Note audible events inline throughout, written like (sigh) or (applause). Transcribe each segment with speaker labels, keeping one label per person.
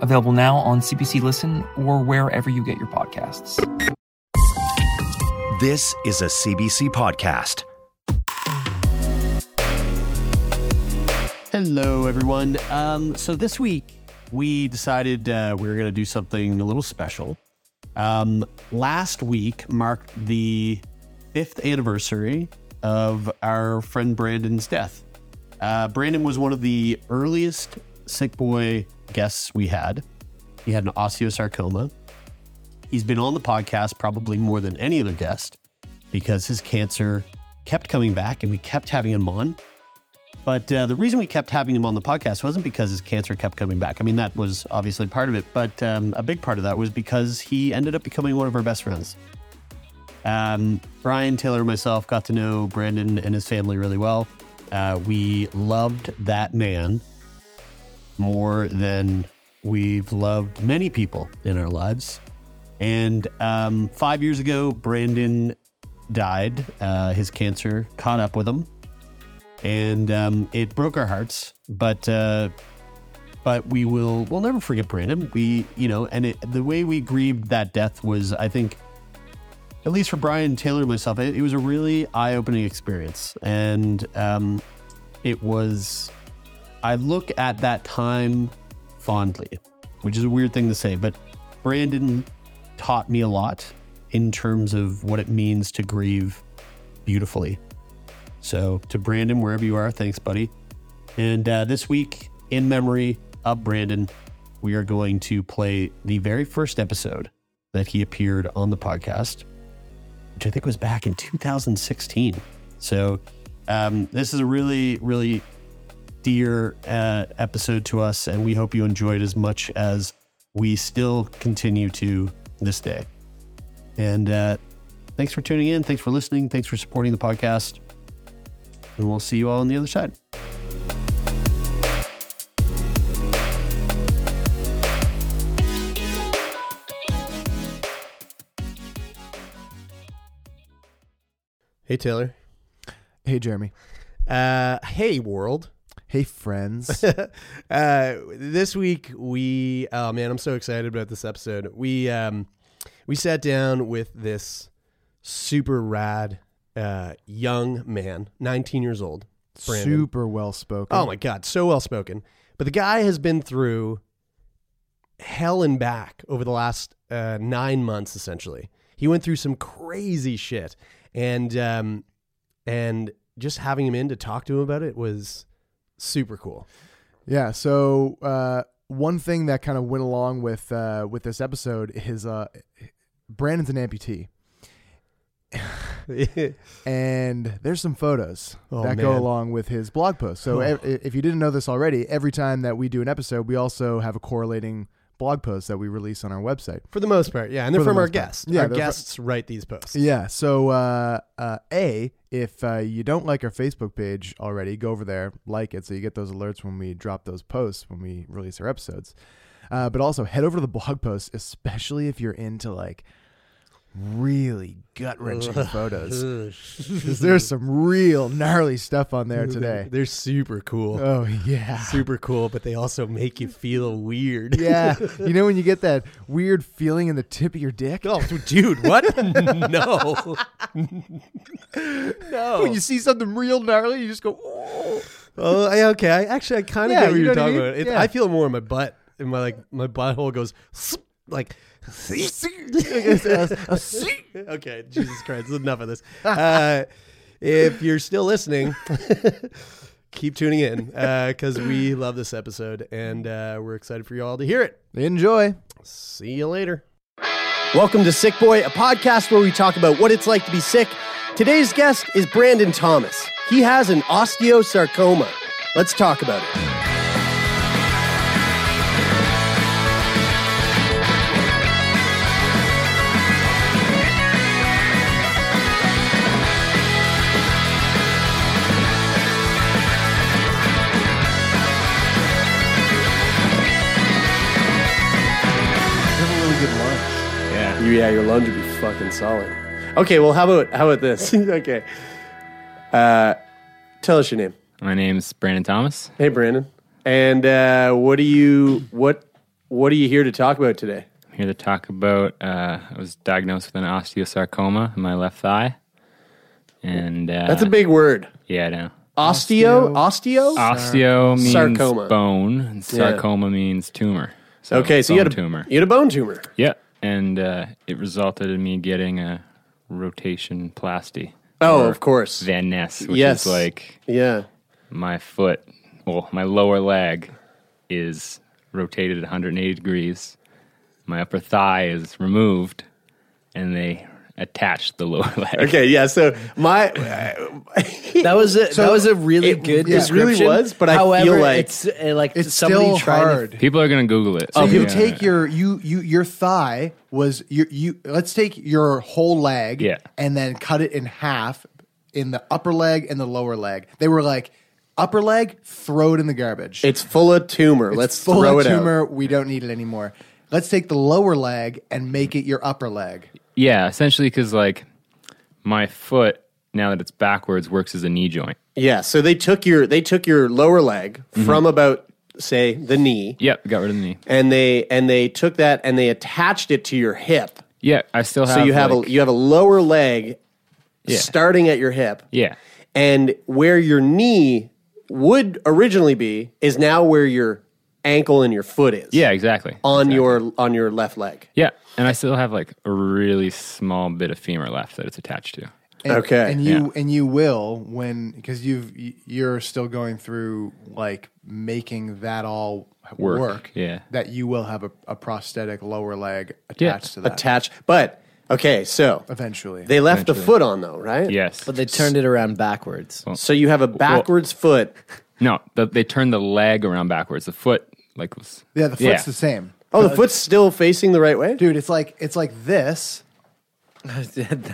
Speaker 1: available now on CBC Listen or wherever you get your podcasts.
Speaker 2: This is a CBC podcast.
Speaker 3: Hello, everyone. Um, so this week we decided uh, we were going to do something a little special. Um, last week marked the fifth anniversary of our friend Brandon's death. Uh, Brandon was one of the earliest sick boy guests we had. He had an osteosarcoma. He's been on the podcast probably more than any other guest because his cancer kept coming back and we kept having him on. But uh, the reason we kept having him on the podcast wasn't because his cancer kept coming back. I mean, that was obviously part of it, but um, a big part of that was because he ended up becoming one of our best friends. Um, Brian, Taylor, and myself got to know Brandon and his family really well. Uh, we loved that man more than we've loved many people in our lives. And um, five years ago, Brandon died. Uh, his cancer caught up with him, and um, it broke our hearts. But uh, but we will we'll never forget Brandon. We you know, and it, the way we grieved that death was, I think, at least for Brian Taylor and myself, it, it was a really eye opening experience, and um, it was. I look at that time fondly, which is a weird thing to say, but Brandon taught me a lot in terms of what it means to grieve beautifully. So, to Brandon, wherever you are, thanks, buddy. And uh, this week, in memory of Brandon, we are going to play the very first episode that he appeared on the podcast, which I think was back in 2016. So, um, this is a really, really dear uh, episode to us, and we hope you enjoyed as much as we still continue to this day. And uh, thanks for tuning in. Thanks for listening. Thanks for supporting the podcast. And we'll see you all on the other side. Hey, Taylor.
Speaker 4: Hey, Jeremy.
Speaker 3: Uh, hey, world.
Speaker 4: Hey, friends.
Speaker 3: (laughs) uh, this week we oh man, I'm so excited about this episode. We um we sat down with this super rad uh young man, 19 years old. Brandon.
Speaker 4: Super well spoken.
Speaker 3: Oh my god, so well spoken. But the guy has been through hell and back over the last uh, nine months. Essentially, he went through some crazy shit, and um, and just having him in to talk to him about it was super cool.
Speaker 4: Yeah. So uh, one thing that kind of went along with uh, with this episode is uh, Brandon's an amputee, and there's some photos
Speaker 3: Oh,
Speaker 4: that go
Speaker 3: man.
Speaker 4: along with his blog post. So ev- if you didn't know this already, every time that we do an episode, we also have a correlating blog post that we release on our website.
Speaker 3: For the most part, yeah, and they're
Speaker 4: For the
Speaker 3: from our
Speaker 4: most part.
Speaker 3: guests.
Speaker 4: Yeah,
Speaker 3: our
Speaker 4: they're fr-
Speaker 3: guests write these posts.
Speaker 4: Yeah. So, uh, uh, A, if uh, you don't like our Facebook page already, go over there, like it, so you get those alerts when we drop those posts when we release our episodes. Uh, but also head over to the (laughs) blog post, especially if you're into like really gut
Speaker 3: (laughs)
Speaker 4: wrenching photos, because there's some real gnarly stuff on
Speaker 3: (laughs)
Speaker 4: there today.
Speaker 3: They're super cool.
Speaker 4: Oh yeah.
Speaker 3: Uh, super cool, but they also make you feel weird.
Speaker 4: Yeah, you know when you get that weird feeling in the tip of your dick
Speaker 3: Oh, (laughs) dude, what? (laughs) no. (laughs) no.
Speaker 4: when you see something real gnarly, you just go, "Oh."
Speaker 3: Oh, I- okay. I, actually, I kind of
Speaker 4: Yeah,
Speaker 3: get what
Speaker 4: you
Speaker 3: you're
Speaker 4: know what I
Speaker 3: talking
Speaker 4: mean?
Speaker 3: about. It's,
Speaker 4: Yeah.
Speaker 3: I feel more in my butt, and my like my butthole goes like.
Speaker 4: (laughs)
Speaker 3: (laughs) okay, Jesus Christ, enough of this. Uh, if you're still listening, (laughs) keep tuning in because we love this episode, and uh, we're excited for you all to hear it.
Speaker 4: enjoy.
Speaker 3: See you later. Welcome to Sick Boy, a podcast where we talk about what it's like to be sick. Today's guest is Brandon Thomas. He has an osteosarcoma. Let's talk about it. your lunge would be
Speaker 5: (laughs)
Speaker 3: fucking solid. Okay, well, how about how about this? okay, uh, tell us your name.
Speaker 6: My name's Brandon Thomas.
Speaker 3: Hey, Brandon. And uh, what do you what what are you here to talk about today?
Speaker 6: I'm here to talk about. Uh, I was diagnosed with an osteosarcoma in my left thigh, and uh,
Speaker 3: That's a big word.
Speaker 6: yeah. I know.
Speaker 3: Osteo, osteo.
Speaker 6: Osteo means
Speaker 3: Sarcoma.
Speaker 6: bone, and sarcoma means tumor. So
Speaker 3: okay, so you
Speaker 6: bone
Speaker 3: had a
Speaker 6: tumor.
Speaker 3: You had a bone tumor.
Speaker 6: Yeah, and uh, it resulted in me getting a rotation plasty
Speaker 3: Oh, of course.
Speaker 6: van ness, which
Speaker 3: Yes.
Speaker 6: is like
Speaker 3: Yeah.
Speaker 6: my foot, well, my lower leg is rotated at 180 degrees. My upper thigh is removed, and they attach the lower leg.
Speaker 3: Okay. Yeah. So
Speaker 6: (laughs)
Speaker 3: my (laughs)
Speaker 5: That was a, that was a really
Speaker 3: it-
Speaker 5: good
Speaker 3: it really
Speaker 5: description.
Speaker 3: was, but I
Speaker 5: However,
Speaker 3: feel like-
Speaker 5: it's uh, like
Speaker 4: It's
Speaker 5: somebody
Speaker 4: still
Speaker 5: trying to-
Speaker 4: hard.
Speaker 6: People are gonna Google it. Oh,
Speaker 3: Oh,
Speaker 4: So you
Speaker 6: Yeah.
Speaker 4: take your you you your thigh was your you let's take your whole leg
Speaker 6: Yeah.
Speaker 4: and then cut it in half in the upper leg and the lower leg. They were like upper leg, throw it in the garbage.
Speaker 3: it's full of tumor.
Speaker 4: It's
Speaker 3: Let's
Speaker 4: full
Speaker 3: throw
Speaker 4: of
Speaker 3: it out.
Speaker 4: tumor, we don't need it anymore. Let's take the lower leg and make it your upper leg.
Speaker 6: yeah, essentially because like my foot now that it's backwards works as a knee joint. Mm-hmm.
Speaker 3: Yeah. So they took your they took your lower leg from about say the knee,
Speaker 6: Yep, got rid of the knee.
Speaker 3: and they and they took that and they attached it to your hip.
Speaker 6: Yeah, I still have.
Speaker 3: So you have
Speaker 6: like-
Speaker 3: a you have a lower leg
Speaker 6: Yeah.
Speaker 3: starting at your hip.
Speaker 6: yeah,
Speaker 3: And where your knee would originally be is now where your ankle and your foot is.
Speaker 6: yeah, exactly.
Speaker 3: On
Speaker 6: Exactly.
Speaker 3: your on your left leg.
Speaker 6: yeah, and I still have like a really small bit of femur left that it's attached to.
Speaker 4: And,
Speaker 3: Okay,
Speaker 4: and you and you will when because you've y- you're still going through like making that all work.
Speaker 6: Work, yeah.
Speaker 4: that you will have a, a prosthetic lower leg attached
Speaker 6: Yeah,
Speaker 4: to that
Speaker 3: Attached. But okay, so
Speaker 4: eventually.
Speaker 3: they left the foot on though, right?
Speaker 6: Yes,
Speaker 5: But they turned it around backwards.
Speaker 3: So you have a backwards foot.
Speaker 6: No, the, they turned the leg around backwards. The foot, like, was
Speaker 4: yeah, the foot's
Speaker 6: yeah.
Speaker 4: the same, (laughs)
Speaker 3: Oh, the foot's still facing the right way?
Speaker 4: dude. It's like it's like this.
Speaker 5: that,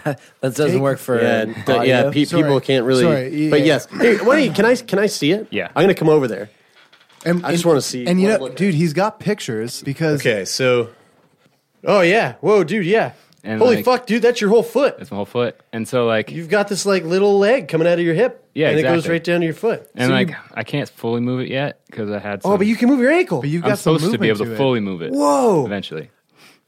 Speaker 5: that doesn't work for
Speaker 3: Yeah,
Speaker 5: audio.
Speaker 3: th- yeah. Pe-
Speaker 4: Sorry.
Speaker 3: People can't really.
Speaker 4: Sorry, yeah,
Speaker 3: but
Speaker 4: yeah.
Speaker 3: yes, Hey, why don't you- can I? Can I see it?
Speaker 6: Yeah.
Speaker 3: I'm gonna come over there.
Speaker 4: And,
Speaker 3: I just
Speaker 4: and-
Speaker 3: wanna see
Speaker 4: And you
Speaker 3: what
Speaker 4: know,
Speaker 3: it looked like.
Speaker 4: dude, he's got pictures because
Speaker 3: so. Oh yeah! Whoa, dude! Yeah.
Speaker 6: And
Speaker 3: Holy
Speaker 6: like-
Speaker 3: fuck, dude! That's your whole foot.
Speaker 6: that's my whole foot. And so, like,
Speaker 3: You've got this like little leg coming out of your hip.
Speaker 6: Yeah,
Speaker 3: and it goes
Speaker 6: exactly.
Speaker 3: right down to your foot.
Speaker 6: and like, I can't fully move it yet because I had. Some,
Speaker 3: Oh, but you can move your ankle.
Speaker 4: but you've got
Speaker 6: I'm
Speaker 4: some
Speaker 6: supposed to be
Speaker 4: movement
Speaker 6: able to,
Speaker 4: it.
Speaker 6: fully move it.
Speaker 3: Whoa.
Speaker 6: Eventually,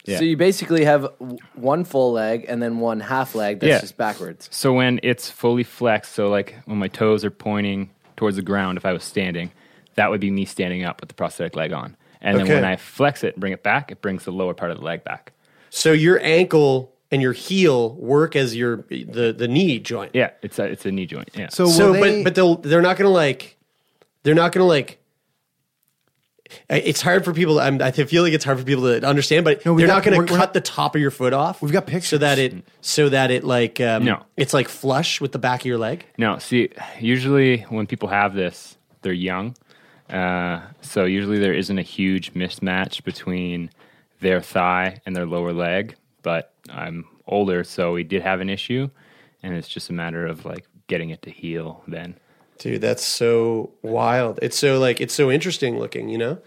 Speaker 6: Yeah.
Speaker 5: So you basically have w- one full leg and then one half leg that's
Speaker 6: Yeah.
Speaker 5: just backwards.
Speaker 6: so when it's fully flexed, so like when my toes are pointing towards the ground, if I was standing, that would be me standing up with the prosthetic leg on. And then
Speaker 3: Okay.
Speaker 6: when I flex it, and bring it back, it brings the lower part of the leg back.
Speaker 3: So your ankle and your heel work as your the the knee joint.
Speaker 6: Yeah, it's a it's a knee joint. Yeah.
Speaker 4: So, will
Speaker 3: So,
Speaker 4: they-
Speaker 3: but but they'll they're not gonna like, they're not gonna like. I- It's hard for people. I'm, I feel like it's hard for people to understand, but
Speaker 4: No, we
Speaker 3: they're
Speaker 4: got-
Speaker 3: not going
Speaker 4: we're-
Speaker 3: to
Speaker 4: we're
Speaker 3: cut
Speaker 4: not-
Speaker 3: the top of your foot off.
Speaker 4: We've got pictures.
Speaker 3: so that it so that it like um,
Speaker 6: No.
Speaker 3: it's like flush with the back of your leg.
Speaker 6: No, see, usually when people have this, they're young. Uh, so usually there isn't a huge mismatch between their thigh and their lower leg. But I'm older, so we did have an issue. And it's just a matter of like getting it to heal then.
Speaker 3: Dude, that's so wild. It's so like it's so interesting looking. You know?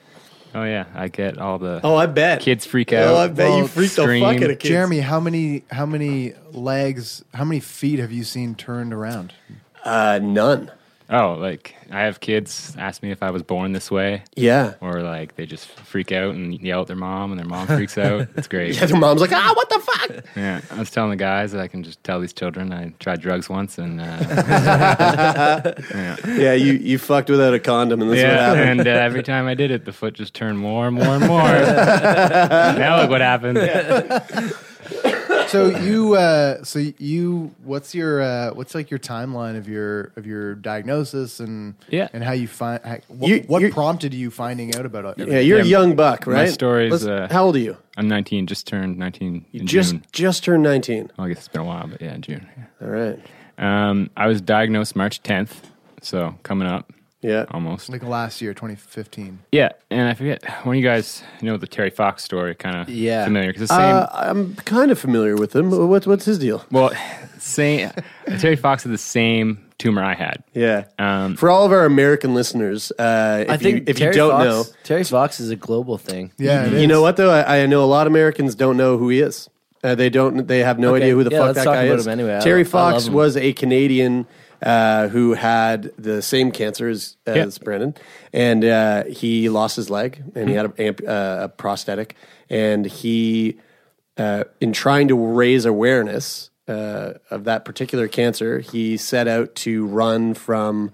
Speaker 6: Oh, yeah, I get all the
Speaker 3: Oh, I bet
Speaker 6: kids freak out.
Speaker 3: Oh, I bet you freaked
Speaker 6: scream.
Speaker 3: the fuck out of kids.
Speaker 4: Jeremy, how many how many legs, how many feet have you seen turned around?
Speaker 3: uh, none.
Speaker 6: Oh, like I have kids ask me if I was born this way.
Speaker 3: Yeah.
Speaker 6: Or like they just freak out and yell at their mom, and their mom freaks out. It's great.
Speaker 3: Yeah, their mom's like, ah, what the fuck?
Speaker 6: Yeah, I was telling the guys that I can just tell these children I tried drugs once and uh,
Speaker 3: (laughs) yeah, you you fucked without a condom, and this
Speaker 6: yeah, and uh, every time I did it, the foot just turned more and more and more.
Speaker 3: (laughs)
Speaker 6: now look what happened.
Speaker 4: So you uh so you what's your uh what's like your timeline of your of your diagnosis and
Speaker 6: Yeah.
Speaker 4: and how you find how, what,
Speaker 3: You-
Speaker 4: what
Speaker 3: you're-
Speaker 4: prompted you finding out about it?
Speaker 3: Yeah, you're a
Speaker 6: Yeah,
Speaker 3: young buck,
Speaker 6: my
Speaker 3: right?
Speaker 6: story's,
Speaker 3: Let's-
Speaker 6: uh,
Speaker 3: how old are you?
Speaker 6: I'm 19, just turned 19 in
Speaker 3: Just
Speaker 6: June.
Speaker 3: just turned 19.
Speaker 6: Well, I guess it's been a while, but yeah, June.
Speaker 3: All right.
Speaker 6: Um, I was diagnosed March 10th, so coming up
Speaker 3: Yeah.
Speaker 6: almost.
Speaker 4: Like last year, 2015.
Speaker 6: Yeah, and I forget one of you guys know the Terry Fox story, kind of
Speaker 5: Yeah.
Speaker 6: familiar 'cause the same.
Speaker 3: Uh, I'm kind of familiar with him. What's what's his deal?
Speaker 6: well, same. Terry Fox had the same tumor I had.
Speaker 3: Yeah.
Speaker 6: Um,
Speaker 3: For all of our American listeners, uh, if
Speaker 5: I think
Speaker 3: you, if
Speaker 5: Terry
Speaker 3: you don't
Speaker 5: Fox,
Speaker 3: know,
Speaker 5: Terry Fox is a global thing.
Speaker 4: Yeah, it
Speaker 3: you
Speaker 4: is.
Speaker 3: know what though, I, I know a lot of Americans don't know who he is.
Speaker 5: Uh, they don't. They have no
Speaker 7: Okay.
Speaker 5: idea who the
Speaker 7: Yeah,
Speaker 5: fuck
Speaker 7: let's
Speaker 5: that
Speaker 7: talk
Speaker 5: guy
Speaker 7: about
Speaker 5: is.
Speaker 7: him anyway. I- I
Speaker 5: Terry
Speaker 7: love
Speaker 5: Fox
Speaker 7: him.
Speaker 5: was a Canadian uh, who had the same cancer as, as
Speaker 3: Yeah.
Speaker 5: Brennan, and uh, he lost his leg, and he had a, amp, uh, a prosthetic, and he, uh, in trying to raise awareness uh, of that particular cancer, he set out to run from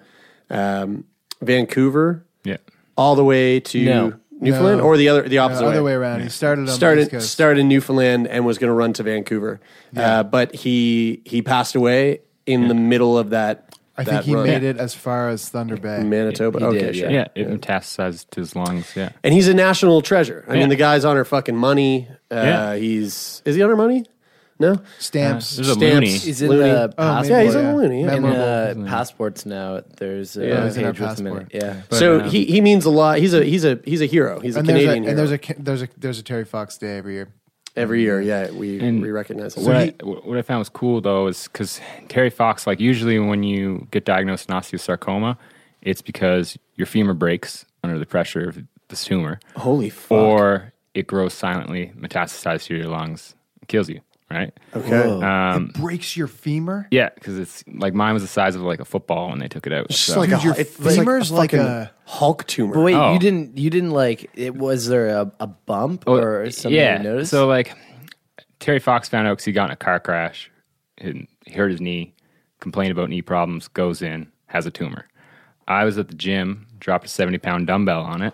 Speaker 5: um, Vancouver
Speaker 3: Yeah.
Speaker 5: all the way to
Speaker 7: No.
Speaker 5: Newfoundland,
Speaker 4: No.
Speaker 5: or the other the
Speaker 4: No,
Speaker 5: opposite
Speaker 4: other way around. He started on the East
Speaker 5: started
Speaker 4: Coast.
Speaker 5: started in Newfoundland and was going to run to Vancouver, uh, but he he passed away in the middle of that.
Speaker 4: I
Speaker 5: that
Speaker 4: think he
Speaker 5: run.
Speaker 4: made it as far as Thunder Bay.
Speaker 5: Manitoba. okay, sure.
Speaker 3: Yeah, it metastasized to his lungs. Yeah.
Speaker 5: And he's a national treasure. I
Speaker 3: Yeah.
Speaker 5: mean, the guy's on our fucking money. Uh,
Speaker 3: Yeah.
Speaker 5: He's is he on our money? No
Speaker 4: Stamps.
Speaker 3: There's a
Speaker 5: Stamps.
Speaker 3: loony.
Speaker 7: He's in
Speaker 5: Looney.
Speaker 7: the
Speaker 4: Oh,
Speaker 7: passport.
Speaker 5: yeah, he's
Speaker 4: yeah.
Speaker 5: a loony. yeah.
Speaker 7: in
Speaker 4: Memorable.
Speaker 7: uh, passports now. There's a
Speaker 5: Yeah,
Speaker 7: yeah,
Speaker 5: he's
Speaker 4: in our
Speaker 7: page with him in it.
Speaker 4: passport.
Speaker 7: Yeah.
Speaker 5: so
Speaker 3: um,
Speaker 5: he, he means a lot. He's a he's a he's a hero. He's a
Speaker 4: and there's a,
Speaker 5: Canadian hero.
Speaker 4: and there's a ca- there's a there's a Terry Fox Day every year.
Speaker 5: every year. Yeah, we
Speaker 3: And
Speaker 5: we recognize him.
Speaker 3: What, I, what I found was cool though is because Terry Fox, like usually when you get diagnosed with osteosarcoma, it's because your femur breaks under the pressure of the tumor,
Speaker 5: Holy fuck!
Speaker 3: or it grows silently, metastasizes to your lungs, and kills you. Right?
Speaker 5: okay.
Speaker 3: Um,
Speaker 4: Breaks your femur.
Speaker 3: yeah, because it's like mine was the size of like a football when they took it out.
Speaker 5: It's
Speaker 3: so-
Speaker 5: like a,
Speaker 4: Dude, your
Speaker 5: hu- it's like a
Speaker 4: femur's like
Speaker 5: fucking
Speaker 4: a-
Speaker 5: Hulk tumor.
Speaker 7: But wait,
Speaker 3: Oh.
Speaker 7: you didn't you didn't like it was there a, a bump
Speaker 3: Oh,
Speaker 7: or something
Speaker 3: yeah.
Speaker 7: you noticed?
Speaker 3: So like Terry Fox found out because he got in a car crash, and he hurt his knee, complained about knee problems, goes in, has a tumor. I was at the gym, dropped a seventy pound dumbbell on it,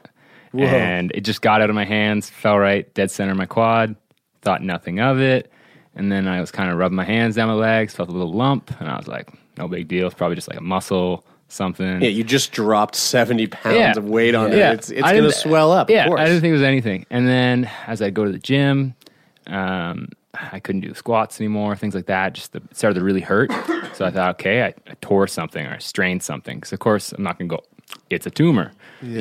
Speaker 3: and it just got out of my hands, fell right dead center of my quad. Thought nothing of it, and then I was kind of rubbing my hands down my legs, felt a little lump, and I was like, no big deal. It's probably just like a muscle. Something.
Speaker 5: Yeah, you just dropped seventy pounds
Speaker 3: Yeah.
Speaker 5: of weight on
Speaker 3: Yeah.
Speaker 5: it. It's, it's
Speaker 3: I
Speaker 5: going to
Speaker 3: didn't-
Speaker 5: swell up.
Speaker 3: yeah,
Speaker 5: of course.
Speaker 3: I didn't think it was anything. And then as I go to the gym, um, I couldn't do squats anymore, things like that. Just the, it started to really hurt. so I thought, okay, I, I tore something or I strained something. Because of course I'm not going to go. It's a tumor.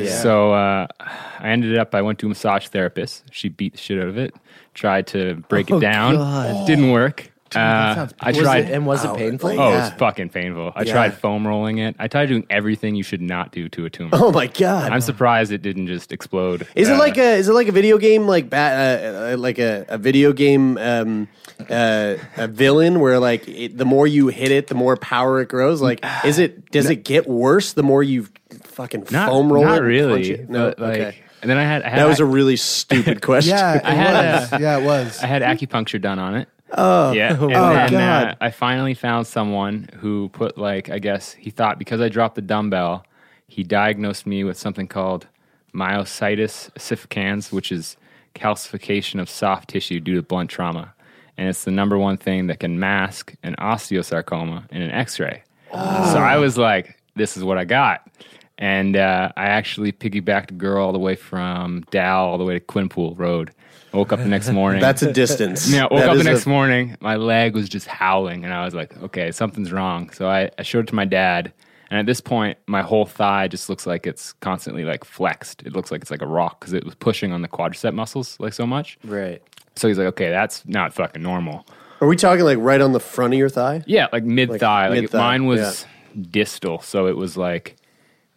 Speaker 3: So uh, I ended up. I went to a massage therapist. She beat the shit out of it. Tried to break
Speaker 7: Oh,
Speaker 3: it down. Didn't work. Uh,
Speaker 4: sounds
Speaker 3: I
Speaker 7: was
Speaker 3: tried.
Speaker 7: it, and was it painful?
Speaker 3: oh, it was fucking painful. I
Speaker 5: Yeah.
Speaker 3: tried foam rolling it. I tried doing everything you should not do to a tumor.
Speaker 5: Oh my god!
Speaker 3: I'm surprised it didn't just explode.
Speaker 5: is
Speaker 3: Uh,
Speaker 5: it like a is it like a video game like ba- uh, uh, like a, a video game um, uh, a villain where like it, the more you hit it the more power it grows like is it does it get worse the more you fucking
Speaker 3: not,
Speaker 5: foam roll it
Speaker 3: Not
Speaker 5: and punch
Speaker 3: really.
Speaker 5: it? no
Speaker 3: but, like-
Speaker 5: okay
Speaker 3: And then I had I had
Speaker 5: that was a really
Speaker 3: (laughs)
Speaker 5: stupid question
Speaker 4: Yeah, it
Speaker 3: I had
Speaker 4: was.
Speaker 3: a-
Speaker 4: yeah, it was.
Speaker 3: I had acupuncture done on it. (laughs) Oh, yeah. And then Uh,
Speaker 5: God.
Speaker 3: I finally found someone who put like I guess he thought because I dropped the dumbbell, he diagnosed me with something called myositis sificans, which is calcification of soft tissue due to blunt trauma, and it's the number one thing that can mask an osteosarcoma in an X-ray. So I was like, this is what I got. And uh, I actually piggybacked a girl all the way from Dow all the way to Quinpool Road. Woke up the
Speaker 5: (laughs)
Speaker 3: next morning.
Speaker 5: that's a distance
Speaker 3: Yeah, I woke
Speaker 5: That
Speaker 3: up the
Speaker 5: is a-
Speaker 3: next morning. My leg was just howling, and I was like, okay, something's wrong. So I, I showed it to my dad. And at this point, my whole thigh just looks like it's constantly like flexed. It looks like it's like a rock because it was pushing on the quadricep muscles like so much.
Speaker 7: right.
Speaker 3: So he's like, okay, that's not fucking normal.
Speaker 5: are we talking like right on the front of your thigh
Speaker 3: Yeah, like mid thigh. Like,
Speaker 5: mid-thigh,
Speaker 3: mine was distal, so it was like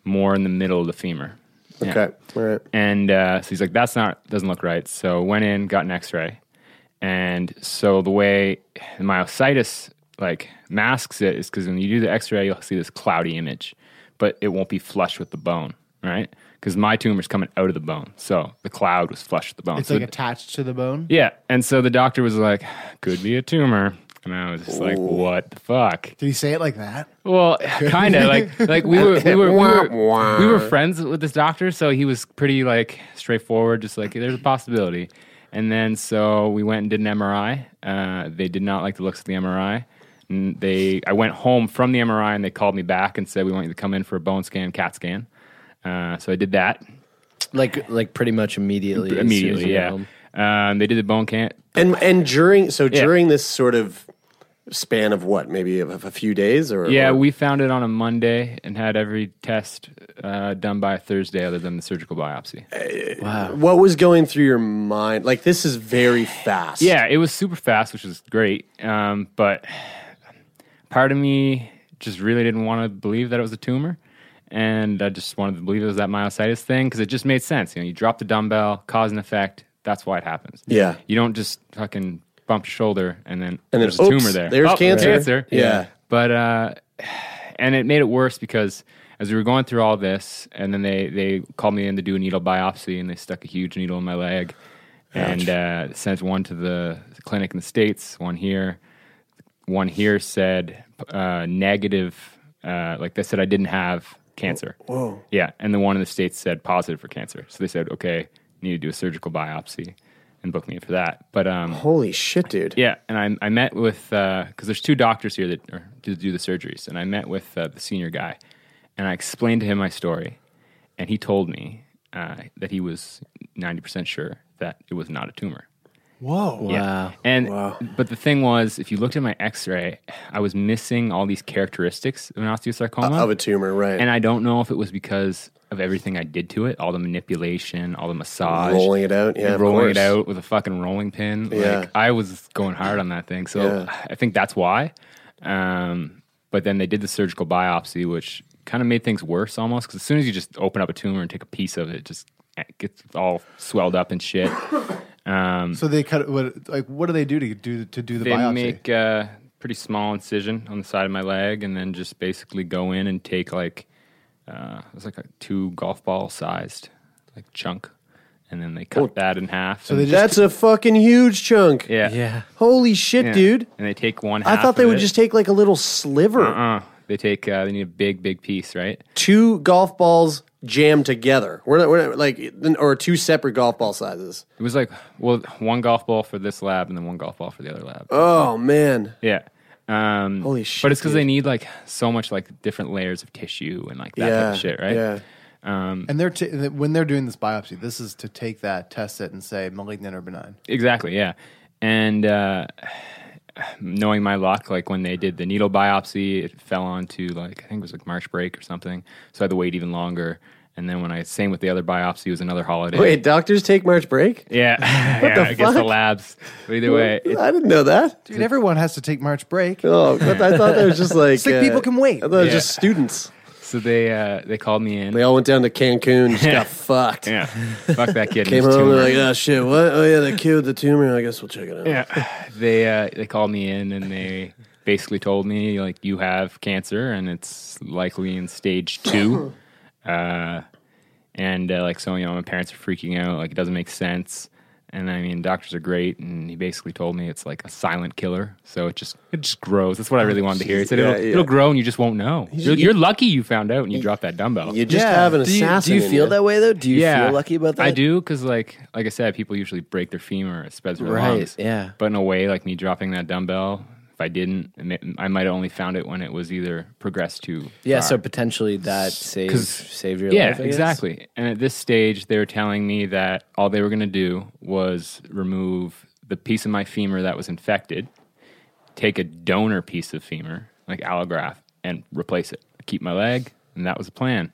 Speaker 3: more in the middle of the femur. Yeah.
Speaker 5: okay all right
Speaker 3: And uh, so he's like, that's not, doesn't look right. So went in, got an x ray. And so the way the myositis like masks it is because when you do the x ray, you'll see this cloudy image, but it won't be flush with the bone, right? Because my tumor's coming out of the bone. So the cloud was flush with the bone.
Speaker 4: It's
Speaker 3: So
Speaker 4: like
Speaker 3: it-
Speaker 4: attached to the bone.
Speaker 3: yeah. And so the doctor was like, could be a tumor. And I was just like, what the fuck?
Speaker 4: Did he say it like that?
Speaker 3: Well, kind of like like we were we were, we were we were friends with this doctor, so he was pretty like straightforward, just like there's a possibility. And then so we went and did an MRI. Uh, they did not like the looks of the MRI. And they I went home from the MRI and they called me back and said we want you to come in for a bone scan, CAT scan. Uh, so I did that
Speaker 7: Like like pretty much immediately. as soon as you
Speaker 3: immediately.
Speaker 7: get
Speaker 3: Yeah,
Speaker 7: home.
Speaker 3: um, they did the bone can
Speaker 5: And and during so during this sort of span of what maybe of of a few days or
Speaker 3: Yeah,
Speaker 5: or-
Speaker 3: we found it on a Monday and had every test uh, done by Thursday, other than the surgical biopsy.
Speaker 5: what was going through your mind like this is very fast
Speaker 3: Yeah, it was super fast, which was great. Um, but part of me just really didn't want to believe that it was a tumor. And I just wanted to believe it was that myositis thing because it just made sense. You know, you drop the dumbbell, cause and effect. That's why it happens.
Speaker 5: Yeah.
Speaker 3: You don't just fucking bumped your shoulder, and then
Speaker 5: And
Speaker 3: there's,
Speaker 5: there's-
Speaker 3: a tumor
Speaker 5: oops,
Speaker 3: there.
Speaker 5: there's
Speaker 3: Oh,
Speaker 5: cancer.
Speaker 3: cancer.
Speaker 5: Yeah.
Speaker 3: But uh, and it made it worse because as we were going through all this, and then they they called me in to do a needle biopsy, and they stuck a huge needle in my leg, and uh, sent one to the clinic in the states, one here, one here said uh, negative, uh, like they said I didn't have cancer.
Speaker 5: Whoa.
Speaker 3: Yeah, and the one in the states said positive for cancer. So they said, okay, need to do a surgical biopsy and book me in for that. But um,
Speaker 5: holy shit, dude!
Speaker 3: Yeah, and I, I met with because there's two doctors here that are, do, do the surgeries, and I met with uh, the senior guy, and I explained to him my story, and he told me uh, that he was 90% sure that it was not a tumor.
Speaker 4: Whoa.
Speaker 3: Yeah. And but the thing was, if you looked at my X-ray, I was missing all these characteristics of an osteosarcoma
Speaker 5: Uh, Of a tumor, right?
Speaker 3: and I don't know if it was because of everything I did to it, all the manipulation, all the massage,
Speaker 5: Rolling it out, yeah, of
Speaker 3: rolling it
Speaker 5: course.
Speaker 3: out with a fucking rolling pin.
Speaker 5: Yeah.
Speaker 3: Like I was going hard on that thing, so
Speaker 5: Yeah.
Speaker 3: I think that's why. Um, but then they did the surgical biopsy, which kind of made things worse almost because as soon as you just open up a tumor and take a piece of it, it just eh, gets all swelled up
Speaker 5: (coughs)
Speaker 3: and shit. Um,
Speaker 4: So they cut. What like what do they do to do to do the
Speaker 3: they
Speaker 4: biopsy?
Speaker 3: make a pretty small incision on the side of my leg and then just basically go in and take like uh, it was like a two golf ball sized like chunk and then they cut that in half so
Speaker 5: that's a fucking huge chunk.
Speaker 3: yeah
Speaker 5: Holy shit,
Speaker 3: Yeah.
Speaker 5: dude!
Speaker 3: and they take one
Speaker 5: I
Speaker 3: half
Speaker 5: thought they
Speaker 3: of
Speaker 5: would
Speaker 3: it.
Speaker 5: just take like a little sliver.
Speaker 3: uh-uh. they take uh, they need a big big piece right
Speaker 5: Two golf balls jammed together. We're not, we're not like or two separate golf ball sizes.
Speaker 3: it was like well one golf ball for this lab and then one golf ball for the other lab
Speaker 5: Oh man.
Speaker 3: yeah um,
Speaker 5: Holy shit,
Speaker 3: but it's because
Speaker 5: dude.
Speaker 3: they need like so much like different layers of tissue and like that type
Speaker 5: Yeah,
Speaker 3: of shit right
Speaker 5: yeah.
Speaker 3: um,
Speaker 4: and they're t- when they're doing this biopsy, this is to take that, test it, and say malignant or benign.
Speaker 3: Exactly, yeah. And uh, knowing my luck, like when they did the needle biopsy, it fell onto like I think it was like March break or something, so I had to wait even longer. And then when I same with the other biopsy, it was another holiday.
Speaker 5: Wait, doctors take March break?
Speaker 3: yeah, (laughs) yeah.
Speaker 5: the
Speaker 3: I guess the
Speaker 5: fuck?
Speaker 3: labs. But either way, it-
Speaker 5: I didn't know that.
Speaker 4: Dude, everyone has to take March break.
Speaker 5: Oh, I thought that was
Speaker 3: (laughs)
Speaker 5: just like uh,
Speaker 4: Sick people can wait.
Speaker 5: I thought it was
Speaker 3: Yeah.
Speaker 5: just students.
Speaker 3: so they uh, they called me in.
Speaker 5: They all went down to Cancun, and just got fucked.
Speaker 3: (laughs) yeah, fuck that kid.
Speaker 5: Came
Speaker 3: He's
Speaker 5: home,
Speaker 3: tumor.
Speaker 5: they're like, oh shit, what? Oh yeah, they killed the tumor. I guess we'll check it out.
Speaker 3: yeah. They uh, they called me in and they basically told me like you have cancer and it's likely in stage
Speaker 5: (coughs)
Speaker 3: two, uh, and uh, like so you know my parents are freaking out like it doesn't make sense. And I mean, doctors are great, and he basically told me it's like a silent killer. So it just it just grows. That's what I really wanted to hear. He said
Speaker 5: Yeah,
Speaker 3: it'll,
Speaker 5: yeah.
Speaker 3: it'll grow, and you just won't know. You're, you're lucky you found out, and you dropped that dumbbell.
Speaker 5: You just
Speaker 4: Yeah.
Speaker 5: have an
Speaker 7: Do you,
Speaker 5: assassin.
Speaker 7: do you
Speaker 5: in
Speaker 7: feel
Speaker 5: you.
Speaker 7: that way though? Do you
Speaker 3: yeah,
Speaker 7: feel lucky about that?
Speaker 3: I do because, like, like I said, people usually break their femur, it spreads their
Speaker 7: Right,
Speaker 3: lungs.
Speaker 7: yeah.
Speaker 3: But in a way, like me dropping that dumbbell, if I didn't, I mi- I might have only found it when it was either progressed to.
Speaker 7: Yeah,
Speaker 3: far.
Speaker 7: so potentially that saved
Speaker 3: 'Cause-
Speaker 7: saved your
Speaker 3: yeah,
Speaker 7: life. I guess?
Speaker 3: exactly. And at this stage, they were telling me that all they were going to do was remove the piece of my femur that was infected, take a donor piece of femur, like allograft, and replace it. Keep my leg, and that was the plan.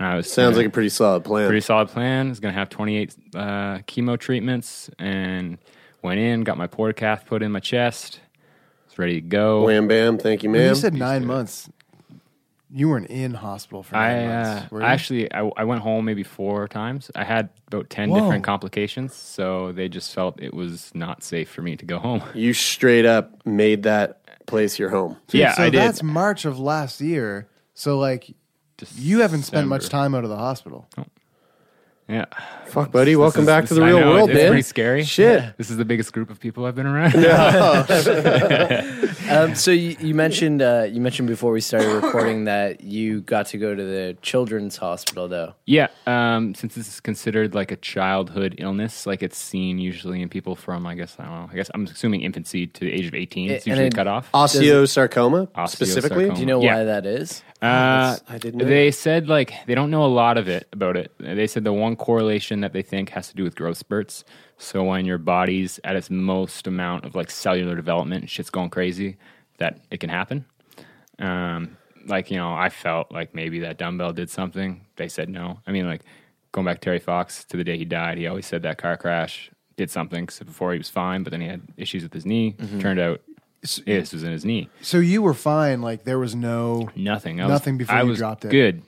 Speaker 3: And I was
Speaker 5: Sounds
Speaker 3: gonna-
Speaker 5: like a pretty solid plan.
Speaker 3: pretty solid plan. Is going to have 28 uh, chemo treatments and went in, got my portacath put in my chest. It's ready to go.
Speaker 5: Wham bam, thank you,
Speaker 4: When
Speaker 5: ma'am.
Speaker 4: you said nine months. You weren't in hospital for nine
Speaker 3: I uh,
Speaker 4: months. Were you?
Speaker 3: actually I, I went home maybe four times. I had about 10
Speaker 4: Whoa.
Speaker 3: different complications, so they just felt it was not safe for me to go home.
Speaker 5: you straight up made that place your home.
Speaker 4: Dude,
Speaker 3: yeah,
Speaker 4: so
Speaker 3: I did.
Speaker 4: that's March of last year. So like, you haven't spent much
Speaker 3: December.
Speaker 4: time out of the hospital.
Speaker 3: Yeah.
Speaker 5: Fuck, buddy, welcome
Speaker 3: This is-
Speaker 5: back
Speaker 3: this-
Speaker 5: to the
Speaker 3: I
Speaker 5: real
Speaker 3: know,
Speaker 5: world,
Speaker 3: it's
Speaker 5: man.
Speaker 3: pretty scary.
Speaker 5: Shit.
Speaker 3: This is the biggest group of people I've been around. (laughs)
Speaker 7: Um, so you, you mentioned uh, you mentioned before we started recording that you got to go to the children's hospital though.
Speaker 3: Yeah, um, since this is considered like a childhood illness, like it's seen usually in people from, I guess, I don't know, I guess I'm assuming infancy to the age of 18. It's
Speaker 7: And
Speaker 3: usually
Speaker 7: it-
Speaker 3: cut off.
Speaker 5: Osteosarcoma,
Speaker 3: Osteosarcoma.
Speaker 5: specifically.
Speaker 7: Do you know
Speaker 3: Yeah.
Speaker 7: why that is?
Speaker 3: Uh,
Speaker 5: Oh, I didn't know
Speaker 3: they said like they don't know a lot of it about it. They said the one correlation that they think has to do with growth spurts. So when your body's at its most amount of like cellular development and shit's going crazy, that it can happen. Um, like you know, I felt like maybe that dumbbell did something. They said no. I mean, like going back to Terry Fox to the day he died, he always said that car crash did something. 'cause before he was fine, but then he had issues with his knee.
Speaker 5: Mm-hmm.
Speaker 3: Turned out this was in his knee.
Speaker 4: So you were fine. Like there was no.
Speaker 3: Nothing. I
Speaker 4: Nothing before
Speaker 3: I
Speaker 4: you
Speaker 3: was
Speaker 4: dropped it.
Speaker 3: Good.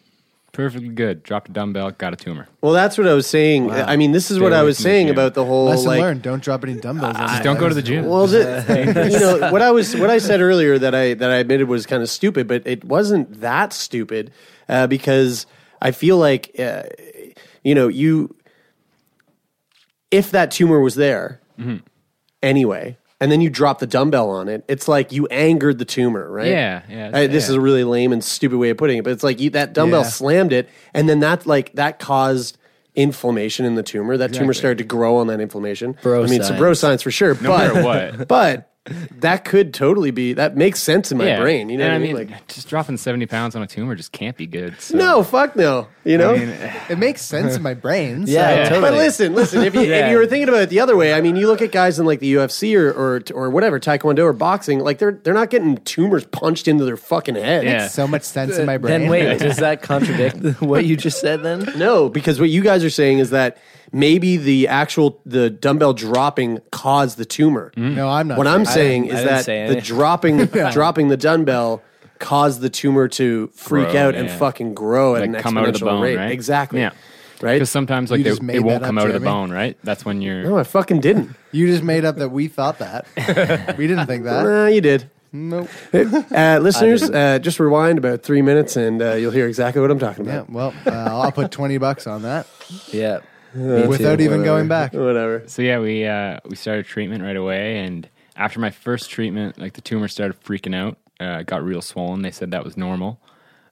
Speaker 3: Perfectly good. Dropped a dumbbell, got a tumor.
Speaker 5: Well, that's what I was saying. I mean, this is
Speaker 3: Stay
Speaker 5: what I
Speaker 3: away
Speaker 5: was
Speaker 3: from the
Speaker 5: saying
Speaker 3: gym.
Speaker 5: about the whole
Speaker 4: Lesson
Speaker 5: like
Speaker 4: learned: don't drop any dumbbells.
Speaker 3: Just don't go to the gym.
Speaker 5: Well,
Speaker 3: (laughs)
Speaker 5: the, you know what I was what I said earlier that I that I admitted was kind of stupid, but it wasn't that stupid uh, because I feel like uh, you know you if that tumor was there
Speaker 3: Mm-hmm.
Speaker 5: anyway, and then you drop the dumbbell on it, it's like you angered the tumor, right?
Speaker 3: Yeah, yeah,
Speaker 5: Uh, this
Speaker 3: yeah.
Speaker 5: is a really lame and stupid way of putting it, but it's like you, that dumbbell
Speaker 3: Yeah.
Speaker 5: slammed it, and then that like that caused inflammation in the tumor. That tumor
Speaker 3: Exactly.
Speaker 5: started to grow on that inflammation.
Speaker 7: Bro
Speaker 5: I mean, it's a
Speaker 7: science.
Speaker 5: bro science for sure,
Speaker 3: No
Speaker 5: but
Speaker 3: matter
Speaker 5: (laughs)
Speaker 3: what.
Speaker 5: but that could totally be that makes sense in my
Speaker 3: Yeah.
Speaker 5: brain. You know
Speaker 3: And
Speaker 5: what I mean? like,
Speaker 3: just dropping 70 pounds on a tumor just can't be good. so-
Speaker 5: no, fuck no. You know.
Speaker 4: It makes sense in my brain.
Speaker 7: (laughs)
Speaker 4: so-
Speaker 7: Yeah, totally.
Speaker 5: But listen, listen.
Speaker 3: (laughs)
Speaker 5: If you, if
Speaker 3: Yeah.
Speaker 5: you were thinking about it the other way, I mean, you look at guys in like the UFC or, or or whatever, Taekwondo or boxing, like they're they're not getting tumors punched into their fucking head.
Speaker 3: Yeah.
Speaker 4: so much sense in my brain.
Speaker 7: Then wait, does that contradict
Speaker 3: (laughs)
Speaker 7: what you just said then?
Speaker 5: No, because what you guys are saying is that maybe the actual the dumbbell dropping caused the tumor.
Speaker 3: Mm.
Speaker 4: No, I'm not.
Speaker 5: What I'm
Speaker 4: sure.
Speaker 5: saying
Speaker 7: I
Speaker 5: is
Speaker 7: didn't
Speaker 5: that
Speaker 7: say
Speaker 5: the
Speaker 7: anything.
Speaker 4: (laughs)
Speaker 5: dropping dropping the dumbbell caused the tumor to freak
Speaker 3: Grow,
Speaker 5: out and
Speaker 3: yeah.
Speaker 5: fucking grow at
Speaker 3: Like,
Speaker 5: an exponential
Speaker 3: come out of the bone,
Speaker 5: rate.
Speaker 3: right?
Speaker 5: Exactly.
Speaker 3: Yeah.
Speaker 5: Right.
Speaker 3: Because sometimes like
Speaker 4: You
Speaker 3: they,
Speaker 4: just made
Speaker 3: it won't
Speaker 4: that
Speaker 3: come
Speaker 4: up,
Speaker 3: out of the
Speaker 4: Jeremy.
Speaker 3: bone, right? That's when you're.
Speaker 5: No, I fucking didn't.
Speaker 4: you just made up that we thought
Speaker 3: (laughs)
Speaker 4: that. we didn't
Speaker 7: (laughs)
Speaker 4: think that.
Speaker 5: Nah, you did.
Speaker 4: Nope.
Speaker 5: (laughs)
Speaker 4: (laughs)
Speaker 5: Uh, listeners, uh, just rewind about three minutes and uh, you'll hear exactly what I'm talking
Speaker 4: Yeah.
Speaker 5: about.
Speaker 4: Well, uh, I'll put twenty bucks on that
Speaker 7: Yeah.
Speaker 4: without even going back.
Speaker 5: Whatever.
Speaker 3: So yeah, we uh, we started treatment right away, and after my first treatment, like the tumor started freaking out. Uh, it got real swollen. They said that was normal,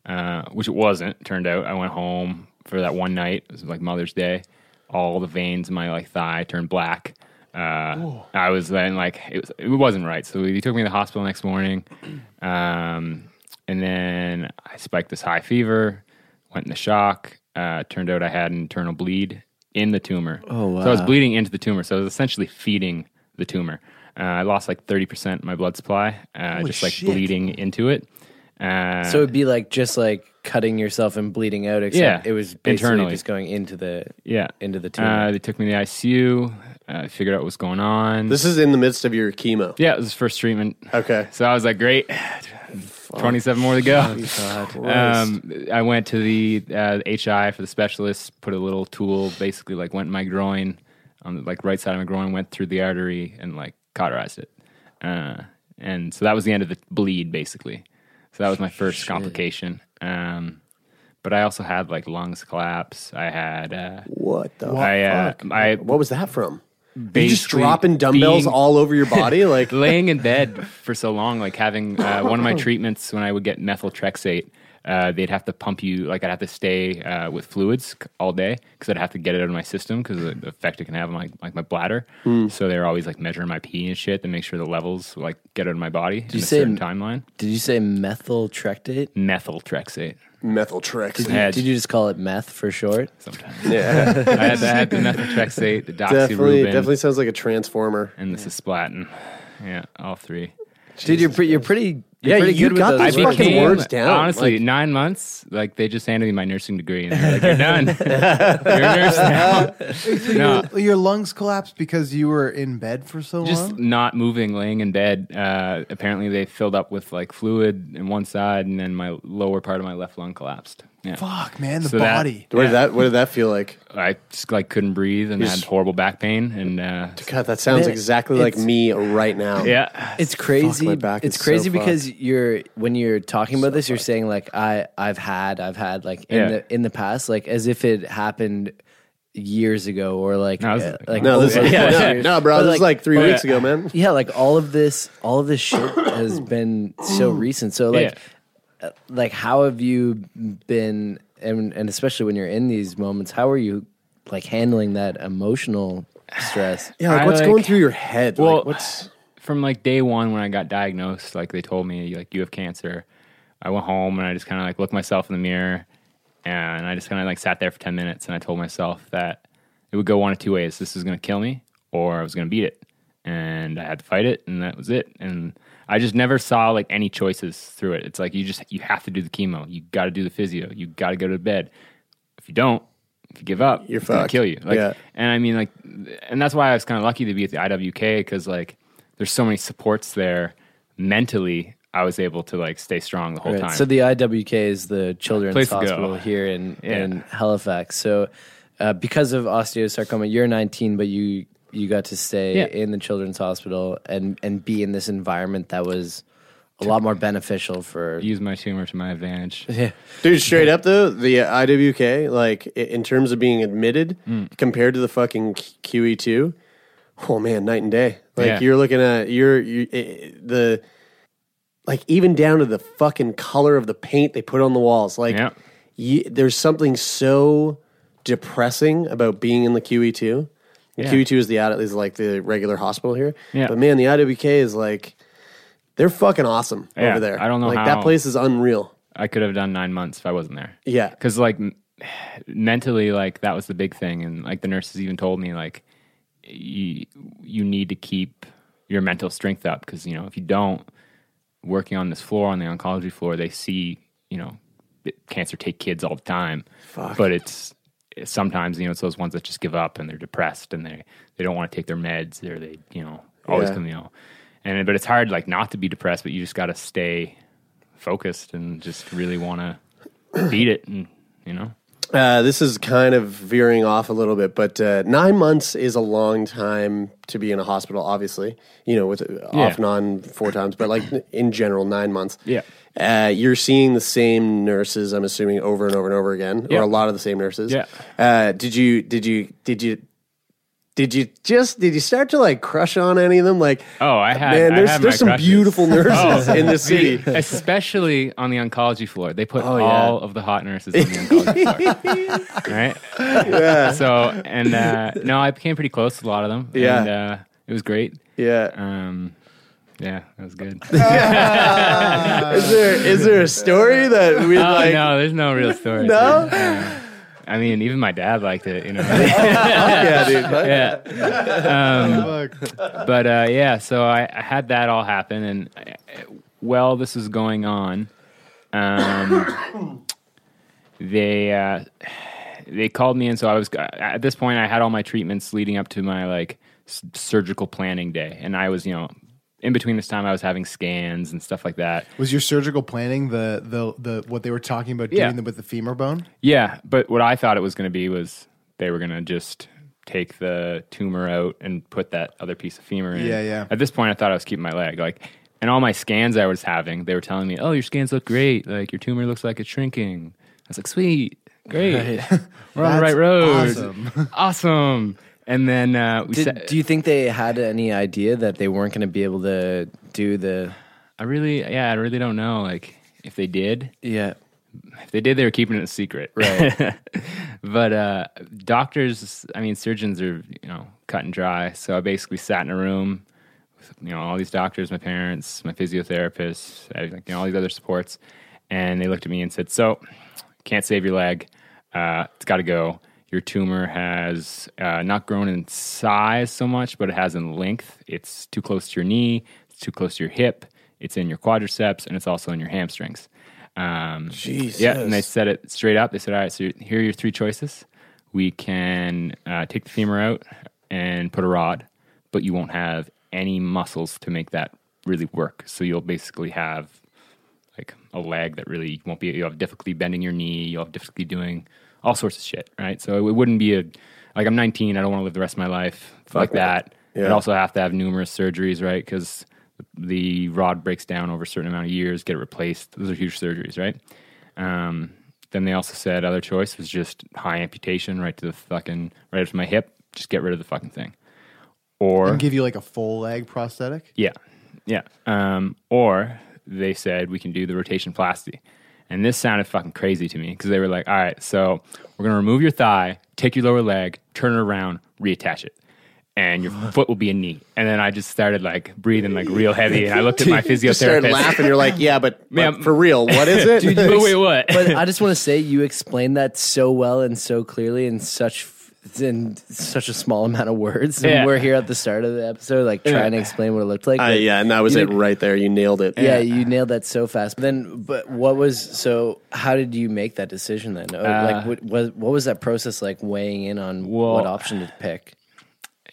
Speaker 3: uh, which it wasn't. Turned out, I went home for that one night. It was like Mother's Day. All the veins in my like thigh turned black. Uh, I was then like it, was, it wasn't right. So he took me to the hospital next morning, (clears throat) um, and then I spiked this high fever. Went in the shock. Uh, turned out I had an internal bleed in the tumor. Oh wow! So I was bleeding into the tumor. So I was essentially feeding the tumor. Uh, I lost like thirty percent of my blood supply, uh, just like bleeding into it. Uh,
Speaker 7: So it'd be like just like cutting yourself and bleeding out, except
Speaker 3: Yeah,
Speaker 7: it was basically
Speaker 3: internally.
Speaker 7: just going into the
Speaker 3: yeah,
Speaker 7: into the tumor.
Speaker 3: uh, they took me to the ICU. Uh, figured out what was going on.
Speaker 5: This is in the midst of your chemo.
Speaker 3: yeah, it was the first treatment.
Speaker 5: Okay.
Speaker 3: So I was like, great, 27 more to go. Um, I went to the uh, HI for the specialist, put a little tool, basically like went in my groin, on the like right side of my groin, went through the artery and like cauterized it. Uh, and so that was the end of the bleed, basically. So that was my first complication. Um, but I also had like lungs collapse. I had uh,
Speaker 5: What the
Speaker 3: I, uh,
Speaker 5: fuck?
Speaker 3: I
Speaker 5: what was that from? You just
Speaker 3: basically
Speaker 5: dropping dumbbells
Speaker 3: being-
Speaker 5: all over your body?
Speaker 3: (laughs)
Speaker 5: Like,
Speaker 3: laying in bed for so long, like having uh,
Speaker 7: (laughs)
Speaker 3: one of my treatments when I would get methyltrexate, uh, they'd have to pump you, like I'd have to stay uh, with fluids c- all day because I'd have to get it out of my system because of the effect it can have on my, like my bladder.
Speaker 7: Hmm.
Speaker 3: So they're always like measuring my pee and shit to make sure the levels like get out of my body in
Speaker 7: you
Speaker 3: a
Speaker 7: say
Speaker 3: certain
Speaker 7: m-
Speaker 3: timeline.
Speaker 7: Did you say methyltrectate?
Speaker 3: Methyltrexate.
Speaker 5: methyltrexate.
Speaker 3: Yeah,
Speaker 7: Did you just call it meth for short?
Speaker 3: sometimes. Yeah. I had that, the
Speaker 7: (laughs)
Speaker 3: methyltrexate, the
Speaker 5: Definitely,
Speaker 3: doxorubin,
Speaker 5: definitely sounds like a transformer.
Speaker 3: and the cisplatin. Yeah, all three.
Speaker 7: Dude, you're pretty. You're pretty.
Speaker 5: Yeah,
Speaker 7: You're pretty
Speaker 5: you
Speaker 7: good
Speaker 5: got
Speaker 7: with
Speaker 5: those
Speaker 7: those
Speaker 5: fucking
Speaker 7: words.
Speaker 3: became,
Speaker 5: words down,
Speaker 3: Honestly,
Speaker 5: like-
Speaker 3: nine months, like they just handed me my nursing degree and they're like,
Speaker 7: (laughs)
Speaker 3: "You're done. You're a nurse now." No,
Speaker 4: Your, your lungs collapsed because you were in bed for so
Speaker 3: just
Speaker 4: long.
Speaker 3: not moving, laying in bed. Uh, apparently, they filled up with like fluid in one side, and then my lower part of my left lung collapsed. Yeah.
Speaker 4: Fuck, man, the
Speaker 3: So that-
Speaker 4: body.
Speaker 5: What did that? What did that feel like?
Speaker 3: I just like couldn't breathe and had horrible back pain, and uh,
Speaker 5: God, that sounds
Speaker 7: Man,
Speaker 5: exactly like
Speaker 7: it's-
Speaker 5: me right now.
Speaker 3: yeah,
Speaker 7: It's crazy.
Speaker 5: my back
Speaker 7: it's
Speaker 5: is so
Speaker 7: crazy
Speaker 5: fucked.
Speaker 7: because you're when you're talking about this, you're saying like I I've had I've had like in
Speaker 3: Yeah.
Speaker 7: the in the past, like as if it happened years ago or like
Speaker 3: No, this
Speaker 7: uh,
Speaker 3: is-
Speaker 7: like
Speaker 5: No, this
Speaker 7: over-
Speaker 5: is,
Speaker 7: yeah,
Speaker 5: no,
Speaker 7: years.
Speaker 5: no, bro.
Speaker 7: But,
Speaker 5: this is like three
Speaker 3: oh, but-
Speaker 5: weeks ago, man.
Speaker 7: yeah, like all of this all of this shit
Speaker 5: (clears throat)
Speaker 7: has been so recent. So like
Speaker 3: Yeah.
Speaker 7: uh, like how have you been and and especially when you're in these moments, how are you like handling that emotional stress?
Speaker 5: Yeah, like
Speaker 3: I
Speaker 5: what's
Speaker 3: like-
Speaker 5: going through your head?
Speaker 3: Well,
Speaker 5: like, what's
Speaker 3: from like day one when I got diagnosed, like they told me like you have cancer. I went home and I just kind of like looked myself in the mirror, and I just kind of like sat there for ten minutes and I told myself that it would go one of two ways: this was going to kill me, or I was going to beat it, and I had to fight it, and that was it. And I just never saw like any choices through it. It's like you just you have to do the chemo, you got to do the physio, you got to go to bed. If you don't, if you give up,
Speaker 5: You're
Speaker 3: it's gonna
Speaker 5: fucked.
Speaker 3: kill you. Like,
Speaker 5: Yeah.
Speaker 3: and I mean, like, and that's why I was kind of lucky to be at the IWK because like, there's so many supports there mentally. I was able to like stay strong the whole
Speaker 7: Right.
Speaker 3: time.
Speaker 7: So the IWK is the Children's
Speaker 3: Place to go.
Speaker 7: Hospital here in,
Speaker 3: (laughs) Yeah.
Speaker 7: in Halifax. So uh, because of osteosarcoma, you're 19, but you you got to stay
Speaker 3: Yeah.
Speaker 7: in the Children's Hospital and and be in this environment that was a lot more beneficial for
Speaker 3: use my tumor to my advantage.
Speaker 7: (laughs) Yeah.
Speaker 5: Dude, straight up though, the uh, IWK, like i- in terms of being admitted
Speaker 3: Mm.
Speaker 5: compared to the fucking Q- QE2, oh man, night and day. Like
Speaker 3: Yeah.
Speaker 5: you're looking at you're you, i- the like even down to the fucking color of the paint they put on the walls. Like
Speaker 3: Yeah.
Speaker 5: you, there's something so depressing about being in the QE2. And
Speaker 3: Yeah.
Speaker 5: QE2 is the out- is like the regular hospital here.
Speaker 3: Yeah.
Speaker 5: But man, the IWK is like they're fucking awesome
Speaker 3: Yeah,
Speaker 5: over there.
Speaker 3: I don't know
Speaker 5: Like
Speaker 3: how-
Speaker 5: that place is unreal.
Speaker 3: I could have done nine months if I wasn't there.
Speaker 5: Yeah.
Speaker 3: because like m- mentally, like that was the big thing, and like the nurses even told me like you you need to keep your mental strength up because you know if you don't, working on this floor on the oncology floor, they see you know it- cancer take kids all the time,
Speaker 5: Fuck.
Speaker 3: but it's it's sometimes you know it's those ones that just give up and they're depressed and they they don't want to take their meds or they you know always
Speaker 5: Yeah.
Speaker 3: come ill, and but it's hard like not to be depressed, but you just got to stay focused and just really want to beat it and you know
Speaker 5: Uh, this is kind of veering off a little bit, but uh, nine months is a long time to be in a hospital. Obviously, you know, with uh, off and on four times, but like in general, nine months.
Speaker 3: Yeah.
Speaker 5: uh, you're seeing the same nurses. I'm assuming over and over and over again,
Speaker 3: Yeah.
Speaker 5: or a lot of the same nurses.
Speaker 3: Yeah.
Speaker 5: Uh, did you? Did you? Did you? Did you just? Did you start to like crush on any of them? Like,
Speaker 3: Oh, I had.
Speaker 5: Man,
Speaker 3: I
Speaker 5: there's
Speaker 3: had my
Speaker 5: there's some
Speaker 3: crushes. (laughs)
Speaker 5: beautiful nurses
Speaker 3: Oh,
Speaker 5: in
Speaker 3: dude,
Speaker 5: this
Speaker 3: (laughs)
Speaker 5: city.
Speaker 3: especially on the oncology floor. They put
Speaker 5: Oh, yeah.
Speaker 3: all of the hot nurses in the oncology floor,
Speaker 5: (laughs)
Speaker 3: right?
Speaker 5: Yeah.
Speaker 3: So and uh, no, I became pretty close to a lot of them.
Speaker 5: Yeah.
Speaker 3: and, uh, it was great.
Speaker 5: Yeah,
Speaker 3: um, yeah, that was
Speaker 5: (laughs)
Speaker 3: good.
Speaker 5: is there is there a story that we
Speaker 3: Uh,
Speaker 5: (laughs)
Speaker 3: oh,
Speaker 5: like?
Speaker 3: no, there's no real story.
Speaker 5: (laughs) No?
Speaker 3: Uh, I mean, even my dad liked it, you know.
Speaker 5: (laughs) yeah,
Speaker 3: (laughs)
Speaker 5: dude. (laughs)
Speaker 3: yeah. Um, but uh, yeah, so I, I had that all happen, and I, while this was going on, um, (coughs) they uh, they called me, and so I was uh, at this point I had all my treatments leading up to my like s- surgical planning day, and I was you know in between this time I was having scans and stuff like that.
Speaker 4: Was your surgical planning the the the what they were talking about
Speaker 3: Yeah.
Speaker 4: doing with the femur bone?
Speaker 3: Yeah, but what I thought it was going to be was they were going to just take the tumor out and put that other piece of femur in.
Speaker 4: Yeah, yeah.
Speaker 3: At this point, I thought I was keeping my leg like, and all my scans I was having, they were telling me, "Oh, your scans look great. Like your tumor looks like it's shrinking." I was like, "Sweet, great, (laughs) we're on the
Speaker 7: That's
Speaker 3: right road,
Speaker 7: awesome."
Speaker 3: (laughs) awesome." And then uh, we
Speaker 7: Did,
Speaker 3: sat-
Speaker 7: do you think they had any idea that they weren't going to be able to do the?
Speaker 3: I really, yeah, I really don't know. Like if they did,
Speaker 7: yeah,
Speaker 3: if they did, they were keeping it a secret, (laughs) right? but uh, doctors, I mean, surgeons are you know cut and dry. So I basically sat in a room with you know all these doctors, my parents, my physiotherapist, I- like, you know, all these other supports, and they looked at me and said, "So, can't save your leg. Uh, it's got to go." Your tumor has uh, not grown in size so much, but it has in length. It's too close to your knee. It's too close to your hip. It's in your quadriceps, and it's also in your hamstrings. Um, Yeah, and they
Speaker 8: Jesus.
Speaker 3: said it straight up. They said, "All right, so here are your three choices. We can uh, take the femur out and put a rod, but you won't have any muscles to make that really work. So you'll basically have like a leg that really won't be. You'll have difficulty bending your knee. You'll have difficulty doing all sorts of shit, right? So it wouldn't be a like I'm 19. I don't want to live the rest of my life
Speaker 8: Fuck
Speaker 3: like
Speaker 8: that.
Speaker 3: that.
Speaker 8: Yeah.
Speaker 3: I'd also have to have numerous surgeries, right? Because the rod breaks down over a certain amount of years, get it replaced. Those are huge surgeries, right? Um, then they also said other choice was just high amputation, right to the fucking right up to my hip. Just get rid of the fucking thing, or
Speaker 4: and give you like a full leg prosthetic?
Speaker 3: yeah, yeah. Um, or they said we can do the rotation plasty, and this sounded fucking crazy to me because they were like, "All right, so we're gonna remove your thigh, take your lower leg, turn it around, reattach it." And your foot will be a knee, and then I just started like breathing like real heavy, and I looked
Speaker 7: (laughs)
Speaker 3: at my physiotherapist.
Speaker 5: Just started laughing. You're like, yeah, but, but for real, what
Speaker 3: (laughs)
Speaker 5: is it?
Speaker 7: Dude, you ex-
Speaker 3: what?
Speaker 7: but I
Speaker 3: (laughs)
Speaker 7: just want to say you explained that so well and so clearly in such f- in such a small amount of words. And
Speaker 5: Yeah.
Speaker 7: we're here at the start of the episode, like trying to explain what it looked like.
Speaker 5: Uh,
Speaker 7: but
Speaker 5: yeah, and that was
Speaker 7: you
Speaker 5: it
Speaker 7: did-
Speaker 5: right there. You nailed it.
Speaker 7: Yeah, you nailed that so fast. But then, but what was so? How did you make that decision then? Oh,
Speaker 3: Uh,
Speaker 7: like, what, what what was that process like? Weighing in on what option to pick?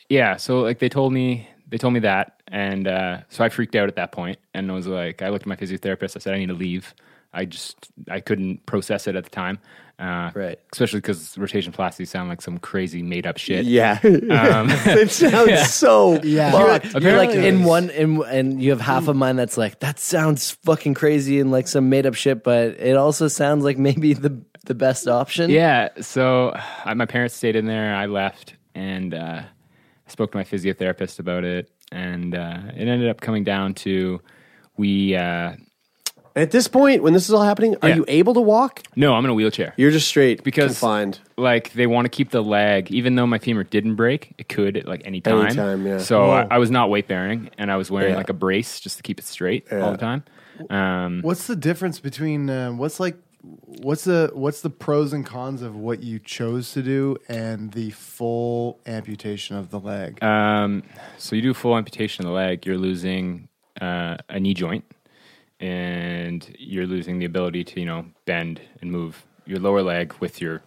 Speaker 3: Yeah, so like they told me they told me that, and uh, so I freaked out at that point, and I was like, I looked at my physiotherapist. I said, I need to leave. I just I couldn't process it at the time, uh, right? Especially because rotation plasty sound like some crazy made up shit.
Speaker 5: Yeah. It sounds so
Speaker 7: yeah. You're,
Speaker 5: fucked.
Speaker 7: you're like in
Speaker 5: Apparently-
Speaker 7: one, in, and you have half a mind that's like that sounds fucking crazy and like some made up shit, but it also sounds like maybe the the best option.
Speaker 3: Yeah. So I, my parents stayed in there. I left and uh, I spoke to my physiotherapist about it, and uh, it ended up coming down to we. Uh,
Speaker 5: (laughs) At this point, when this is all happening, are
Speaker 3: Yeah.
Speaker 5: you able to walk?
Speaker 3: no, I'm in a wheelchair.
Speaker 5: You're just straight
Speaker 3: because
Speaker 5: confined.
Speaker 3: (laughs) like they want to keep the leg even though my femur didn't break it could at like any time
Speaker 5: Anytime, yeah.
Speaker 3: so I,
Speaker 5: Whoa.
Speaker 3: I was not weight bearing and i was wearing
Speaker 5: Yeah.
Speaker 3: like a brace just to keep it straight all the time um,
Speaker 4: What's the difference between um, what's like what's the what's the pros and cons of what you chose to do and the full amputation of the leg?
Speaker 3: um, so you do full amputation of the leg you're losing uh, a knee joint and you're losing the ability to you know bend and move your lower leg with your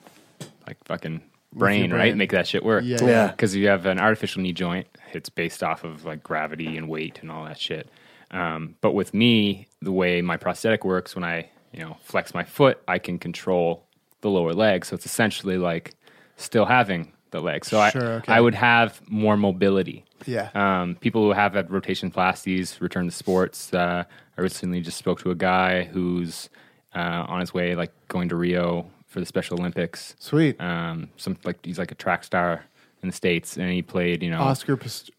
Speaker 3: like fucking brain, right
Speaker 4: brain.
Speaker 3: make that shit work
Speaker 4: Yeah. Yeah.
Speaker 3: because you have an artificial knee joint it's based off of like gravity and weight and all that shit um, but with me the way my prosthetic works when i you know flex my foot i can control the lower leg so it's essentially like still having the leg so
Speaker 4: Sure,
Speaker 3: I,
Speaker 4: okay.
Speaker 3: I would have more mobility
Speaker 4: Yeah.
Speaker 3: um, people who have had rotation plasties return to sports. Uh, I recently just spoke to a guy who's uh, on his way, like going to Rio for the Special Olympics.
Speaker 4: Sweet.
Speaker 3: Um, some like he's like a track star in the states, and he played, you know,
Speaker 4: Oscar Pist-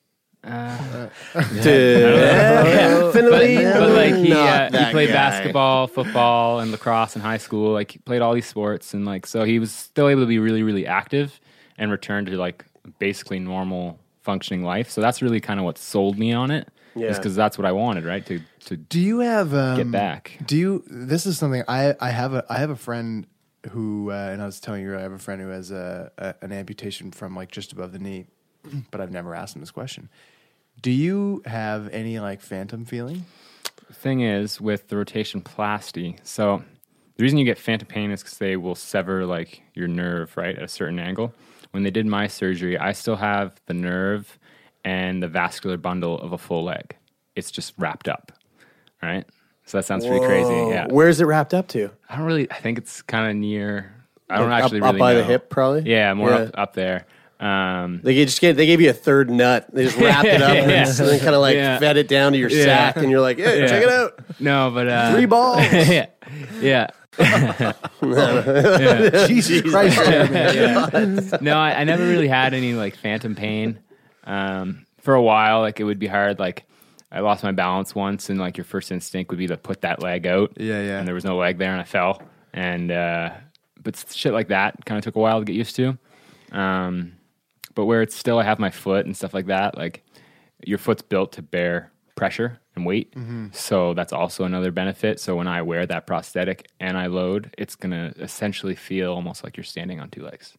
Speaker 5: (laughs) Definitely
Speaker 3: but, but, like he,
Speaker 5: not
Speaker 3: uh, he
Speaker 5: that
Speaker 3: played
Speaker 5: guy.
Speaker 3: basketball, football, and lacrosse in high school. Like he played all these sports, and like so he was still able to be really, really active and return to like basically normal functioning life. So that's really kind of what sold me on it, yeah.
Speaker 5: Yeah.
Speaker 3: because that's what I wanted, right? To to
Speaker 4: Do you have um,
Speaker 3: back.
Speaker 4: Do you? This is something I I have a I have a friend who uh, and I was telling you I have a friend who has a, a an amputation from like just above the knee, (clears throat) but I've never asked him this question. Do you have any like phantom
Speaker 7: (laughs)
Speaker 4: feeling?
Speaker 3: thing is with the rotation plasty. So the reason you get phantom pain is because they will sever like your nerve right at a certain angle. When they did my surgery, I still have the nerve and the vascular bundle of a full leg. It's just wrapped up, right? So that sounds pretty crazy.
Speaker 5: Whoa.
Speaker 3: Yeah,
Speaker 5: Oh. Where is it wrapped up to?
Speaker 3: I don't really. I think it's kind of near. I don't
Speaker 5: Like, up-
Speaker 3: actually
Speaker 5: up
Speaker 3: really
Speaker 5: by the
Speaker 3: know.
Speaker 5: hip, probably?
Speaker 3: Yeah, more
Speaker 5: Yeah.
Speaker 3: Up, up there. Um,
Speaker 5: They just gave, they gave you a third nut. They just wrapped it up and
Speaker 3: (laughs) Yeah.
Speaker 5: then kind of like
Speaker 3: Yeah.
Speaker 5: fed it down to your
Speaker 3: Yeah.
Speaker 5: sack, and you're like, "Hey,
Speaker 3: Yeah.
Speaker 5: check it
Speaker 3: (laughs)
Speaker 5: out,
Speaker 3: no, but uh, (laughs)
Speaker 5: three balls."
Speaker 3: yeah, yeah.
Speaker 5: (laughs)
Speaker 4: Jesus Christ!
Speaker 3: no, I, I never really had any like phantom pain. Um, for a while, like it would be hard. Like I lost my balance once, and like your first instinct would be to put that leg out.
Speaker 4: Yeah, yeah.
Speaker 3: And there was no leg there, and I fell. And uh, but shit like that kind of took a while to get used to. Um, but where it's still, I have my foot and stuff like that. Like your foot's built to bear pressure and weight,
Speaker 4: Mm-hmm.
Speaker 3: so that's also another benefit. So when I wear that prosthetic and I load, it's gonna essentially feel almost like you're standing on two legs.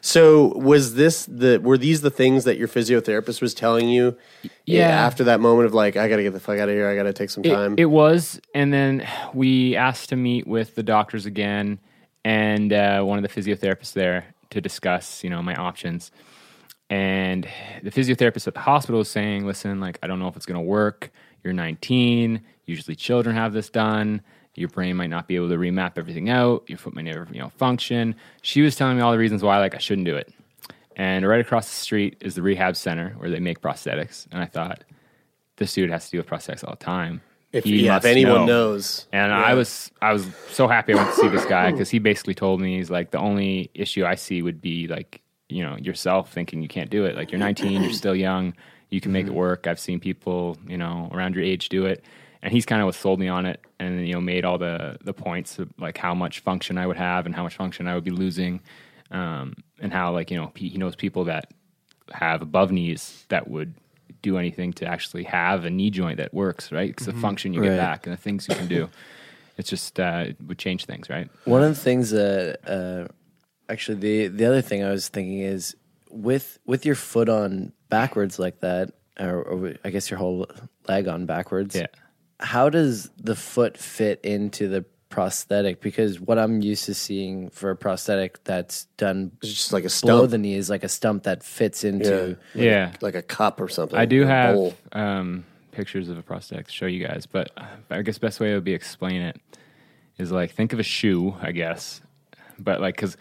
Speaker 5: So was this the were these the things that your physiotherapist was telling you? eh,
Speaker 3: Yeah.
Speaker 5: After that moment of like, I gotta get the fuck out of here. I gotta take some
Speaker 3: It-
Speaker 5: time.
Speaker 3: It, was, and then we asked to meet with the doctors again and uh, one of the physiotherapists there to discuss, you know, my options. And the physiotherapist at the hospital was saying, "Listen, like I don't know if it's going to work. You're 19. Usually, children have this done. Your brain might not be able to remap everything out. Your foot might never, you know, function." She was telling me all the reasons why, like I shouldn't do it. And right across the street is the rehab center where they make prosthetics. And I thought, this dude has to deal with prosthetics all the time.
Speaker 5: if,
Speaker 3: He
Speaker 5: yeah, if
Speaker 3: must
Speaker 5: anyone
Speaker 3: know.
Speaker 5: knows,
Speaker 3: And I was I was so happy I went to see this guy because he basically told me he's like the only issue I see would be like you know yourself thinking you can't do it like you're 19 you're still young you can make it work I've seen people you know around your age do it and he's kind of sold me on it and you know made all the the points of like how much function I would have and how much function I would be losing um, and how like you know he, he knows people that have above knees that would do anything to actually have a knee joint that works, right? Because the function you get
Speaker 7: Mm-hmm. Right.
Speaker 3: back and the things you can do, (coughs) it's just uh, it would change things, right?
Speaker 7: One of the things that uh, actually the the other thing I was thinking is with with your foot on backwards like that, or, or I guess your whole leg on backwards.
Speaker 3: Yeah.
Speaker 7: How does the foot fit into the prosthetic because what I'm used to seeing for a prosthetic that's done
Speaker 5: it's just like a
Speaker 7: below
Speaker 5: stump.
Speaker 7: the knee is like a stump that fits into.
Speaker 3: Yeah. Yeah.
Speaker 5: like a cup or something.
Speaker 3: I do
Speaker 5: a
Speaker 3: have
Speaker 5: bowl.
Speaker 3: um, pictures of a prosthetic to show you guys, but I guess best way would be explain it is like think of a shoe, I guess, but like because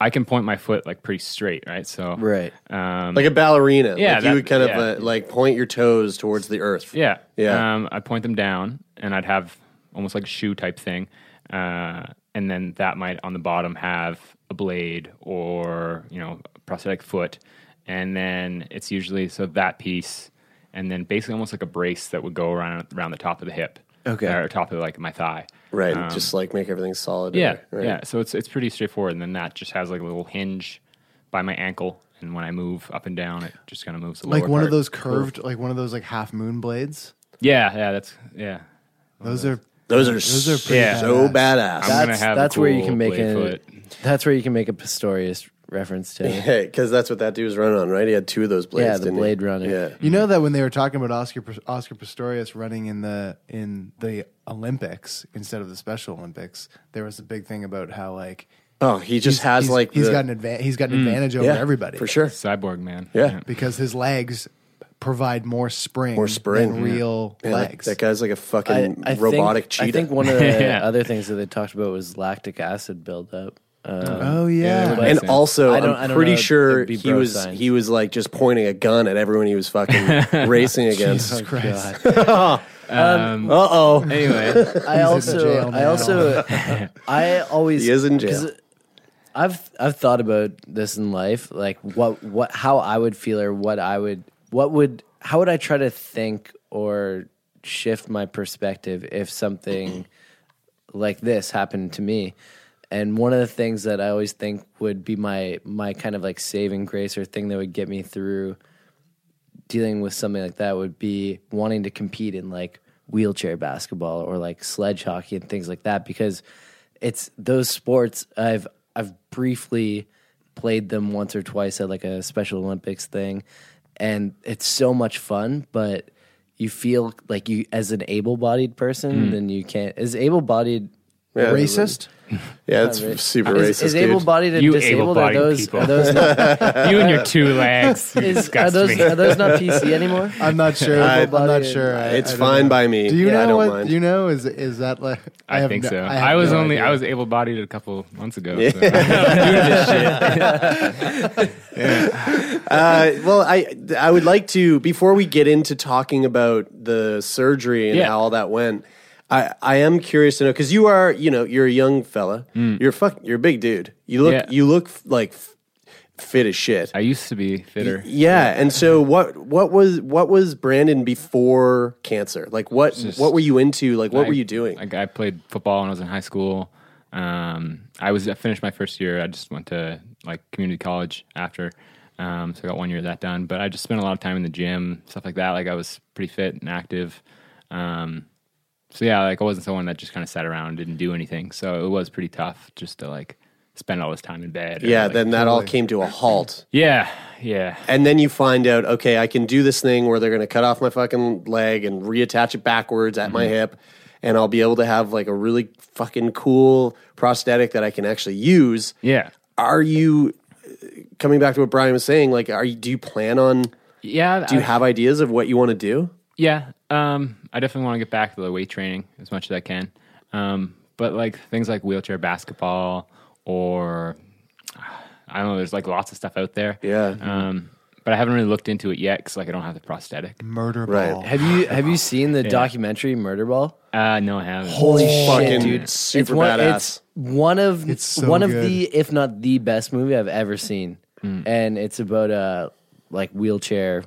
Speaker 3: I can point my foot like pretty straight, right? So
Speaker 7: right,
Speaker 3: um,
Speaker 5: like a ballerina.
Speaker 3: Yeah,
Speaker 5: like
Speaker 3: that-
Speaker 5: you would kind
Speaker 3: yeah.
Speaker 5: of uh, like point your toes towards the earth.
Speaker 3: Yeah.
Speaker 5: Yeah.
Speaker 3: Um, I'd point them down and I'd have almost like a shoe type thing. Uh, and then that might on the bottom have a blade or, you know, a prosthetic foot. And then it's usually so that piece and then basically almost like a brace that would go around around the top of the hip.
Speaker 5: Okay.
Speaker 3: Or top of like my thigh.
Speaker 5: Right.
Speaker 3: Um,
Speaker 5: just like make everything solid.
Speaker 3: yeah,
Speaker 5: Right.
Speaker 3: yeah. So it's it's pretty straightforward, and then that just has like a little hinge by my ankle, and when I move up and down, it just kind of moves. The
Speaker 4: like
Speaker 3: lower
Speaker 4: one of
Speaker 3: part.
Speaker 4: those
Speaker 3: Cool.
Speaker 4: curved, like one of those like half moon blades.
Speaker 3: Yeah, yeah. That's yeah.
Speaker 4: Those are
Speaker 5: Those are
Speaker 4: those are pretty
Speaker 3: Yeah.
Speaker 5: so
Speaker 3: I'm
Speaker 5: badass.
Speaker 3: gonna
Speaker 7: that's
Speaker 3: have a
Speaker 7: that's where you
Speaker 3: cool
Speaker 7: can make
Speaker 3: blade
Speaker 7: a that's where you can make a Pistorius reference to.
Speaker 5: (laughs) Yeah, because that's what that dude was running on, right? He had two of those blades.
Speaker 7: Yeah, the
Speaker 5: didn't he?
Speaker 7: Blade Runner.
Speaker 5: Yeah,
Speaker 4: You know that when they were talking about Oscar Oscar Pistorius running in the in the Olympics instead of the Special Olympics, there was a big thing about how like
Speaker 5: Oh, he just has
Speaker 4: he's-
Speaker 5: like
Speaker 4: he's
Speaker 5: the-
Speaker 4: got an advantage he's got an advantage over
Speaker 5: Yeah,
Speaker 4: everybody
Speaker 5: for sure.
Speaker 3: Cyborg man.
Speaker 7: (laughs)
Speaker 5: Yeah,
Speaker 4: because his legs provide more spring
Speaker 7: Mm,
Speaker 5: more spring,
Speaker 4: than real
Speaker 5: Yeah, that-
Speaker 4: legs.
Speaker 5: That, guy's like a fucking
Speaker 7: I
Speaker 5: robotic
Speaker 7: think,
Speaker 5: cheetah.
Speaker 7: I think one of the
Speaker 3: Yeah.
Speaker 7: other things that they talked about was lactic acid buildup. Um,
Speaker 4: oh yeah,
Speaker 7: but-
Speaker 5: and also,
Speaker 7: I don't- I
Speaker 5: I'm
Speaker 7: don't
Speaker 5: pretty
Speaker 7: know,
Speaker 5: sure
Speaker 7: it'd be
Speaker 5: he
Speaker 7: bro
Speaker 5: was
Speaker 7: science.
Speaker 5: he was like just pointing a gun at everyone he
Speaker 7: (laughs)
Speaker 5: was fucking racing against.
Speaker 4: Jesus
Speaker 5: Uh
Speaker 4: Christ.
Speaker 5: oh,
Speaker 3: Anyway,
Speaker 7: I
Speaker 4: jail
Speaker 7: also, I
Speaker 4: now. (laughs)
Speaker 3: uh,
Speaker 7: also, (laughs) I always
Speaker 5: He is in jail.
Speaker 7: 'cause I've I've thought about this in life, like what what how I would feel or what I would what would how would I try to think or shift my perspective if something (clears throat) like this happened to me. And one of the things that I always think would be my my kind of like saving grace or thing that would get me through dealing with something like that would be wanting to compete in like wheelchair basketball or like sledge hockey and things like that because it's those sports I've I've briefly played them once or twice at like a special olympics thing and it's so much fun but you feel like you as an able-bodied person then you can't is able-bodied
Speaker 5: yeah,
Speaker 4: racist.
Speaker 5: Yeah, it's super
Speaker 7: is,
Speaker 5: racist.
Speaker 7: is
Speaker 5: dude.
Speaker 7: able-bodied and
Speaker 3: You
Speaker 7: disabled are
Speaker 3: able-bodied
Speaker 7: those
Speaker 3: people.
Speaker 7: are
Speaker 3: (laughs)
Speaker 7: those not,
Speaker 3: you and your two legs.
Speaker 7: (laughs)
Speaker 3: You
Speaker 7: is, are
Speaker 3: disgust
Speaker 7: those
Speaker 3: me.
Speaker 7: are those not
Speaker 4: (laughs)
Speaker 7: PC anymore?
Speaker 4: I'm not sure. I, am not sure. I-
Speaker 5: It's
Speaker 4: I don't
Speaker 5: fine
Speaker 4: know.
Speaker 5: by me.
Speaker 4: Do you
Speaker 5: Yeah,
Speaker 4: know
Speaker 5: I don't
Speaker 4: what?
Speaker 5: mind.
Speaker 4: Do you know is is that like?
Speaker 3: I,
Speaker 4: have
Speaker 3: think
Speaker 4: no-
Speaker 3: so.
Speaker 4: have
Speaker 3: I, was
Speaker 4: no
Speaker 3: only
Speaker 4: idea.
Speaker 3: I was able-bodied a couple months ago.
Speaker 4: (laughs)
Speaker 3: So. I don't do this shit.
Speaker 5: Uh,
Speaker 3: (laughs)
Speaker 5: well, I I would like to before we get into talking about the surgery and
Speaker 3: Yeah.
Speaker 5: how all that went. I, I am curious to know because you are you know you're a young fella. You're fuck. You're a big dude. You look
Speaker 3: Mm. Yeah.
Speaker 5: you look like f- fit as shit.
Speaker 3: I used to be fitter.
Speaker 5: yeah, and so what? What was what was Brandon before cancer? Like what? what were you into? Like what
Speaker 3: I-
Speaker 5: were you doing?
Speaker 3: Like I played football when I was in high school. Um, I was I finished my first year. I just went to like community college after, um, so I got one year of that done. But I just spent a lot of time in the gym, stuff like that. Like I was pretty fit and active. Um, so yeah, like I wasn't someone that just kind of sat around and didn't do anything. So it was pretty tough just to like spend all this time in bed. or,
Speaker 5: yeah,
Speaker 3: like-
Speaker 5: then that all came to a halt.
Speaker 3: yeah, yeah.
Speaker 5: And then you find out, okay, I can do this thing where they're going to cut off my fucking leg and reattach it backwards at
Speaker 7: Mm-hmm.
Speaker 5: my hip, and I'll be able to have like a really fucking cool prosthetic that I can actually use.
Speaker 3: Yeah.
Speaker 5: Are you coming back to what Brian was saying? Like, are you, do you plan on?
Speaker 3: Yeah.
Speaker 5: Do you
Speaker 3: I-
Speaker 5: have ideas of what you want to do?
Speaker 3: Yeah, um, I definitely want to get back to the weight training as much as I can. Um, but like things like wheelchair basketball, or I don't know, there's like lots of stuff out there.
Speaker 5: Yeah.
Speaker 3: Um, but I haven't really looked into it yet because like I don't have the prosthetic.
Speaker 4: murder
Speaker 5: Right.
Speaker 4: ball.
Speaker 7: Have you have you seen the documentary Murder Ball?
Speaker 3: Uh, no, I haven't.
Speaker 5: fucking
Speaker 7: dude.
Speaker 5: super
Speaker 7: it's one,
Speaker 5: badass.
Speaker 7: It's one of
Speaker 4: It's so
Speaker 7: one
Speaker 4: good.
Speaker 7: of the if not the best movie I've ever seen,
Speaker 3: Mm.
Speaker 7: and it's about a like wheelchair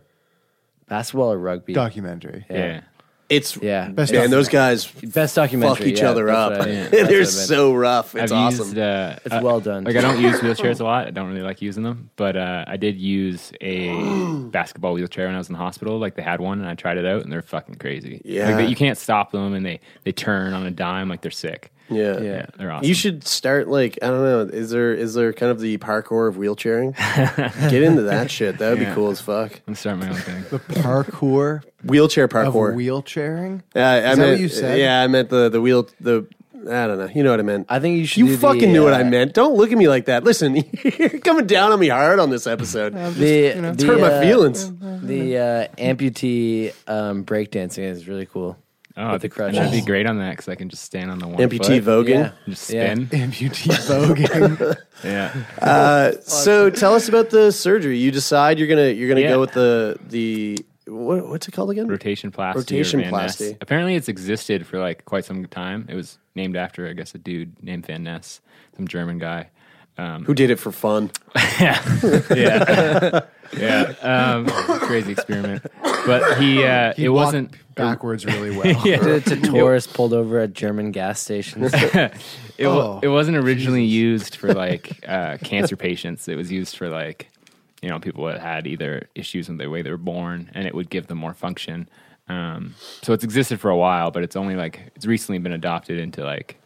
Speaker 7: basketball or rugby.
Speaker 4: Documentary.
Speaker 3: yeah.
Speaker 5: It's
Speaker 7: Yeah.
Speaker 4: Best
Speaker 5: man,
Speaker 4: documentary.
Speaker 5: those guys
Speaker 7: Best documentary.
Speaker 5: fuck each
Speaker 7: yeah,
Speaker 5: other
Speaker 7: that's
Speaker 5: up. (laughs)
Speaker 3: (laughs)
Speaker 7: what I mean, that's what I
Speaker 5: They're
Speaker 7: meant.
Speaker 5: so rough. It's
Speaker 3: I've
Speaker 5: awesome.
Speaker 3: used, uh,
Speaker 7: It's
Speaker 3: uh,
Speaker 7: well done.
Speaker 3: Like I don't use wheelchairs
Speaker 5: (laughs)
Speaker 3: a lot. I don't really like using them, but uh, I did use
Speaker 5: (gasps)
Speaker 3: a basketball wheelchair when I was in the hospital. Like they had one, and I tried it out, and they're fucking crazy.
Speaker 5: Yeah.
Speaker 3: like, they, you can't stop them, and they they turn on a dime like they're sick.
Speaker 5: yeah.
Speaker 3: Yeah, they're awesome.
Speaker 5: You should start like I don't know. Is there is there kind of the parkour of wheelchairing? Get into that
Speaker 7: (laughs)
Speaker 5: shit. That would be cool as fuck.
Speaker 3: I'm starting my own thing.
Speaker 5: (laughs)
Speaker 4: The parkour
Speaker 5: Wheelchair
Speaker 4: of
Speaker 5: parkour.
Speaker 4: wheelchairing.
Speaker 5: Yeah,
Speaker 7: (laughs)
Speaker 5: I
Speaker 4: Is that
Speaker 5: meant,
Speaker 4: what you said?
Speaker 5: Yeah, I meant the the wheel the I don't know. You know what I meant.
Speaker 7: I think you should.
Speaker 5: You
Speaker 7: do the,
Speaker 5: fucking knew what I
Speaker 7: uh,
Speaker 5: meant. Don't look at me like that. Listen, (laughs) you're coming down on me hard on this episode.
Speaker 7: the,
Speaker 5: it's
Speaker 7: the,
Speaker 5: hurt my
Speaker 7: uh,
Speaker 5: feelings.
Speaker 7: The uh, amputee um, breakdancing is really cool.
Speaker 3: Oh,
Speaker 7: With
Speaker 3: the
Speaker 7: the
Speaker 3: crutch.
Speaker 7: crutches.
Speaker 3: I'd be great on that because I can just stand on the one
Speaker 5: Amputee
Speaker 3: foot.
Speaker 5: voguing?
Speaker 3: Yeah. Just spin.
Speaker 4: Amputee voguing.
Speaker 3: Yeah.
Speaker 5: Uh, so tell us about the surgery. You decide you're gonna you're gonna
Speaker 3: Yeah.
Speaker 5: go with the the what, what's it called again?
Speaker 3: Rotation plasty. or
Speaker 5: Rotation
Speaker 3: Van Ness.
Speaker 5: plasty.
Speaker 3: Apparently, it's existed for like quite some time. It was named after, I guess, a dude named Van Ness, some
Speaker 4: (laughs)
Speaker 3: German guy. Um,
Speaker 5: Who did it for fun?
Speaker 3: yeah, (laughs) yeah, um, crazy experiment. But he, uh,
Speaker 4: He
Speaker 3: it
Speaker 4: walked
Speaker 3: wasn't
Speaker 4: backwards really well.
Speaker 3: (laughs) Yeah.
Speaker 7: Did it to tourists pulled over at German gas stations.
Speaker 3: (laughs) it, wa-
Speaker 4: Oh,
Speaker 3: it wasn't originally used for like uh, cancer patients. It was used for like you know people that had either issues in the way they were born, and it would give them more function. Um, so it's existed for a while, but it's only like it's recently been adopted into like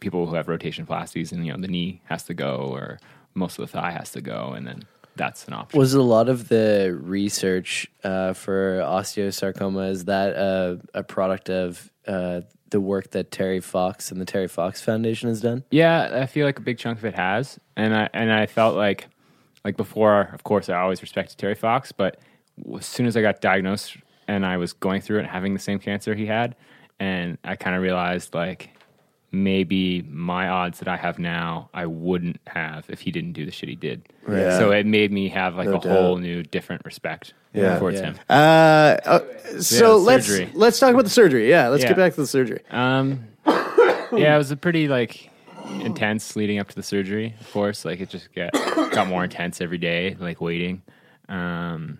Speaker 3: people who have rotation plasties, and you know the knee has to go, or most of the thigh has to go, and then that's an option.
Speaker 7: Was a lot of the research uh, for osteosarcoma is that uh, a product of uh, the work that Terry Fox and the Terry Fox Foundation has done?
Speaker 3: Yeah, I feel like a big chunk of it has, and I and I felt like like before. Of course, I always respected Terry Fox, but as soon as I got diagnosed and I was going through it and having the same cancer he had, and I kind of realized like maybe my odds that I have now I wouldn't have if he didn't do the shit he did.
Speaker 5: Yeah.
Speaker 3: So it made me have like
Speaker 5: No
Speaker 3: a whole
Speaker 5: doubt.
Speaker 3: new different respect
Speaker 5: Yeah.
Speaker 3: towards
Speaker 7: Yeah.
Speaker 3: him.
Speaker 5: Uh, uh, so
Speaker 3: Yeah,
Speaker 5: let's
Speaker 3: surgery.
Speaker 5: let's talk about the surgery. Yeah, let's
Speaker 3: Yeah.
Speaker 5: get back to the surgery.
Speaker 3: Um, (coughs) yeah, it was a pretty like intense leading up to the surgery. Of course, like it just got got more intense every day, like waiting, um,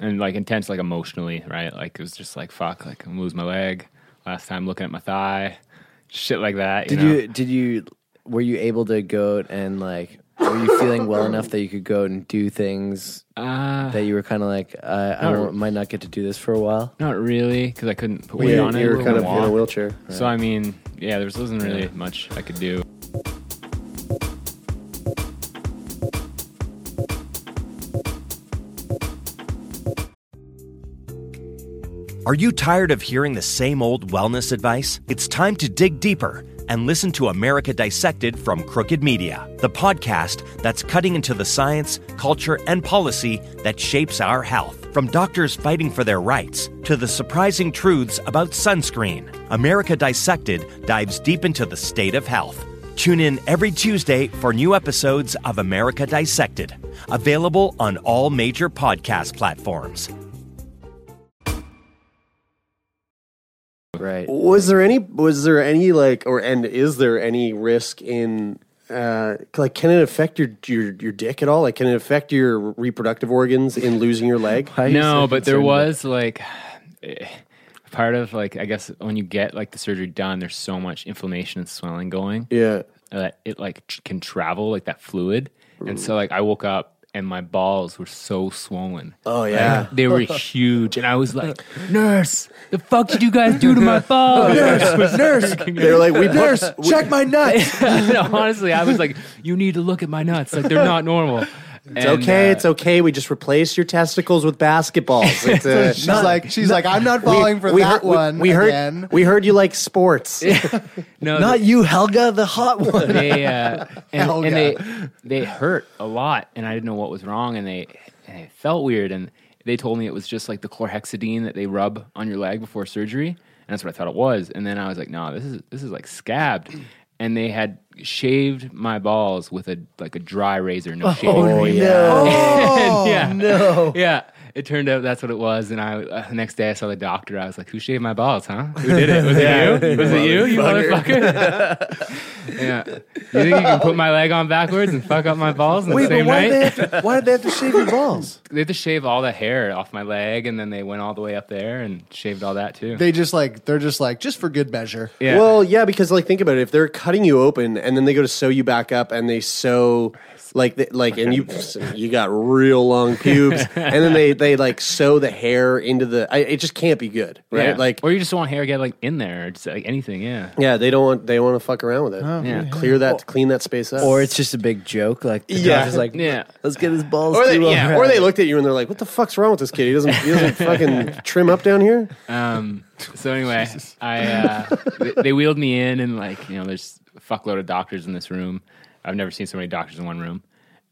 Speaker 3: and like intense like emotionally, right? Like it was just like fuck, like I'm gonna lose my leg. Last time looking at my thigh, shit like that. You
Speaker 7: Did
Speaker 3: know?
Speaker 7: you did you were you able to go out and like were you feeling well enough that you could go out and do things
Speaker 3: Uh,
Speaker 7: that you were kind of like I, I
Speaker 3: No.
Speaker 7: won't- might not get to do this for a while?
Speaker 3: not really, because I couldn't put weight
Speaker 5: You,
Speaker 3: on it.
Speaker 5: you were
Speaker 3: I
Speaker 5: kind of in
Speaker 3: couldn't
Speaker 5: a
Speaker 3: walk.
Speaker 5: wheelchair.
Speaker 3: So I mean, yeah, there wasn't really much I could do.
Speaker 6: Are you tired of hearing the same old wellness advice? It's time to dig deeper and listen to America Dissected from Crooked Media, the podcast that's cutting into the science, culture, and policy that shapes our health. From doctors fighting for their rights to the surprising truths about sunscreen, America Dissected dives deep into the state of health. Tune in every Tuesday for new episodes of America Dissected, available on all major podcast platforms.
Speaker 7: Right.
Speaker 5: Was there any? Was there any like, or and is there any risk in? Uh, like, can it affect your, your your dick at all? Like, can it affect your reproductive organs in losing your leg?
Speaker 7: Why are you
Speaker 3: no,
Speaker 7: so
Speaker 3: but there
Speaker 7: concerned about-
Speaker 3: was like eh, part of like I guess when you get like the surgery done, there's so much inflammation and swelling going
Speaker 5: Yeah,
Speaker 3: that uh, it like tr- can travel like that fluid, and so like I woke up and my balls were so swollen.
Speaker 5: Oh, yeah.
Speaker 3: Like,
Speaker 5: (laughs)
Speaker 3: they were huge, and I was like, "Nurse, the fuck did you guys do
Speaker 5: (laughs)
Speaker 3: to my balls?" (laughs)
Speaker 4: Nurse,
Speaker 5: they were like, we nurse.
Speaker 4: check my nuts.
Speaker 3: No, honestly, I was like, "You need to look at my nuts; like they're not normal."
Speaker 5: It's
Speaker 3: uh,
Speaker 5: okay. it's okay. We just replace your testicles with
Speaker 4: (laughs)
Speaker 5: basketballs. It's, uh,
Speaker 4: She's like, she's like, I'm not falling for that
Speaker 5: heard, we-
Speaker 4: one.
Speaker 5: We, heard.
Speaker 4: again.
Speaker 5: We heard you like sports.
Speaker 3: no,
Speaker 7: not (laughs) you, Helga, the hot one.
Speaker 3: they uh,
Speaker 4: (laughs)
Speaker 3: and,
Speaker 4: Hell
Speaker 3: and
Speaker 4: yeah.
Speaker 3: they they hurt a lot, and I didn't know what was wrong, and they and it felt weird, and they told me it was just like the chlorhexidine that they rub on your leg before surgery, and that's what I thought it was, and then I was like, no, this is this is like scabbed, and they had shaved my balls with a like a dry razor,
Speaker 4: (laughs) Oh,
Speaker 3: no shave. And, yeah, no, (laughs) yeah. It turned out that's what it was, and I uh, the next day I saw the doctor. I was like, "Who shaved my balls? Huh? Who did it? Was it you? Was it you? You motherfucker!" (laughs) yeah. You think you can put my leg on backwards and fuck up my balls in the
Speaker 4: Wait, but
Speaker 3: same
Speaker 4: why
Speaker 3: night?
Speaker 4: did, they have to, why did they have to shave your
Speaker 8: (laughs)
Speaker 4: balls?
Speaker 3: They had to shave all the hair off my leg, and then they went all the way up there and shaved all that too.
Speaker 4: They just like, they're just like, just for good measure.
Speaker 3: yeah.
Speaker 5: Well, yeah, because like think about it. If they're cutting you open and then they go to sew you back up and they sew like th- like and you you got real long pubes and then they they like sew the hair into the. I, it just can't be good, right?
Speaker 3: Yeah.
Speaker 5: Like.
Speaker 3: or you just want hair to get like in there, or just like anything. Yeah.
Speaker 5: Yeah, they don't want they want to fuck around with it.
Speaker 3: Oh, Yeah. yeah.
Speaker 5: Clear that, clean that space up.
Speaker 7: Or it's just a big joke. Like the
Speaker 5: Yeah.
Speaker 7: doctor's like,
Speaker 3: yeah,
Speaker 7: let's get his balls.
Speaker 5: or they,
Speaker 7: too long
Speaker 5: yeah,
Speaker 7: around."
Speaker 5: or they looked at you and they're like, "What the fuck's wrong with this kid? He doesn't, he
Speaker 3: (laughs)
Speaker 5: doesn't fucking trim up down here."
Speaker 3: Um, so anyway, I uh, they, they wheeled me in, and like you know, there's a fuckload of doctors in this room. I've never seen so many doctors in one room,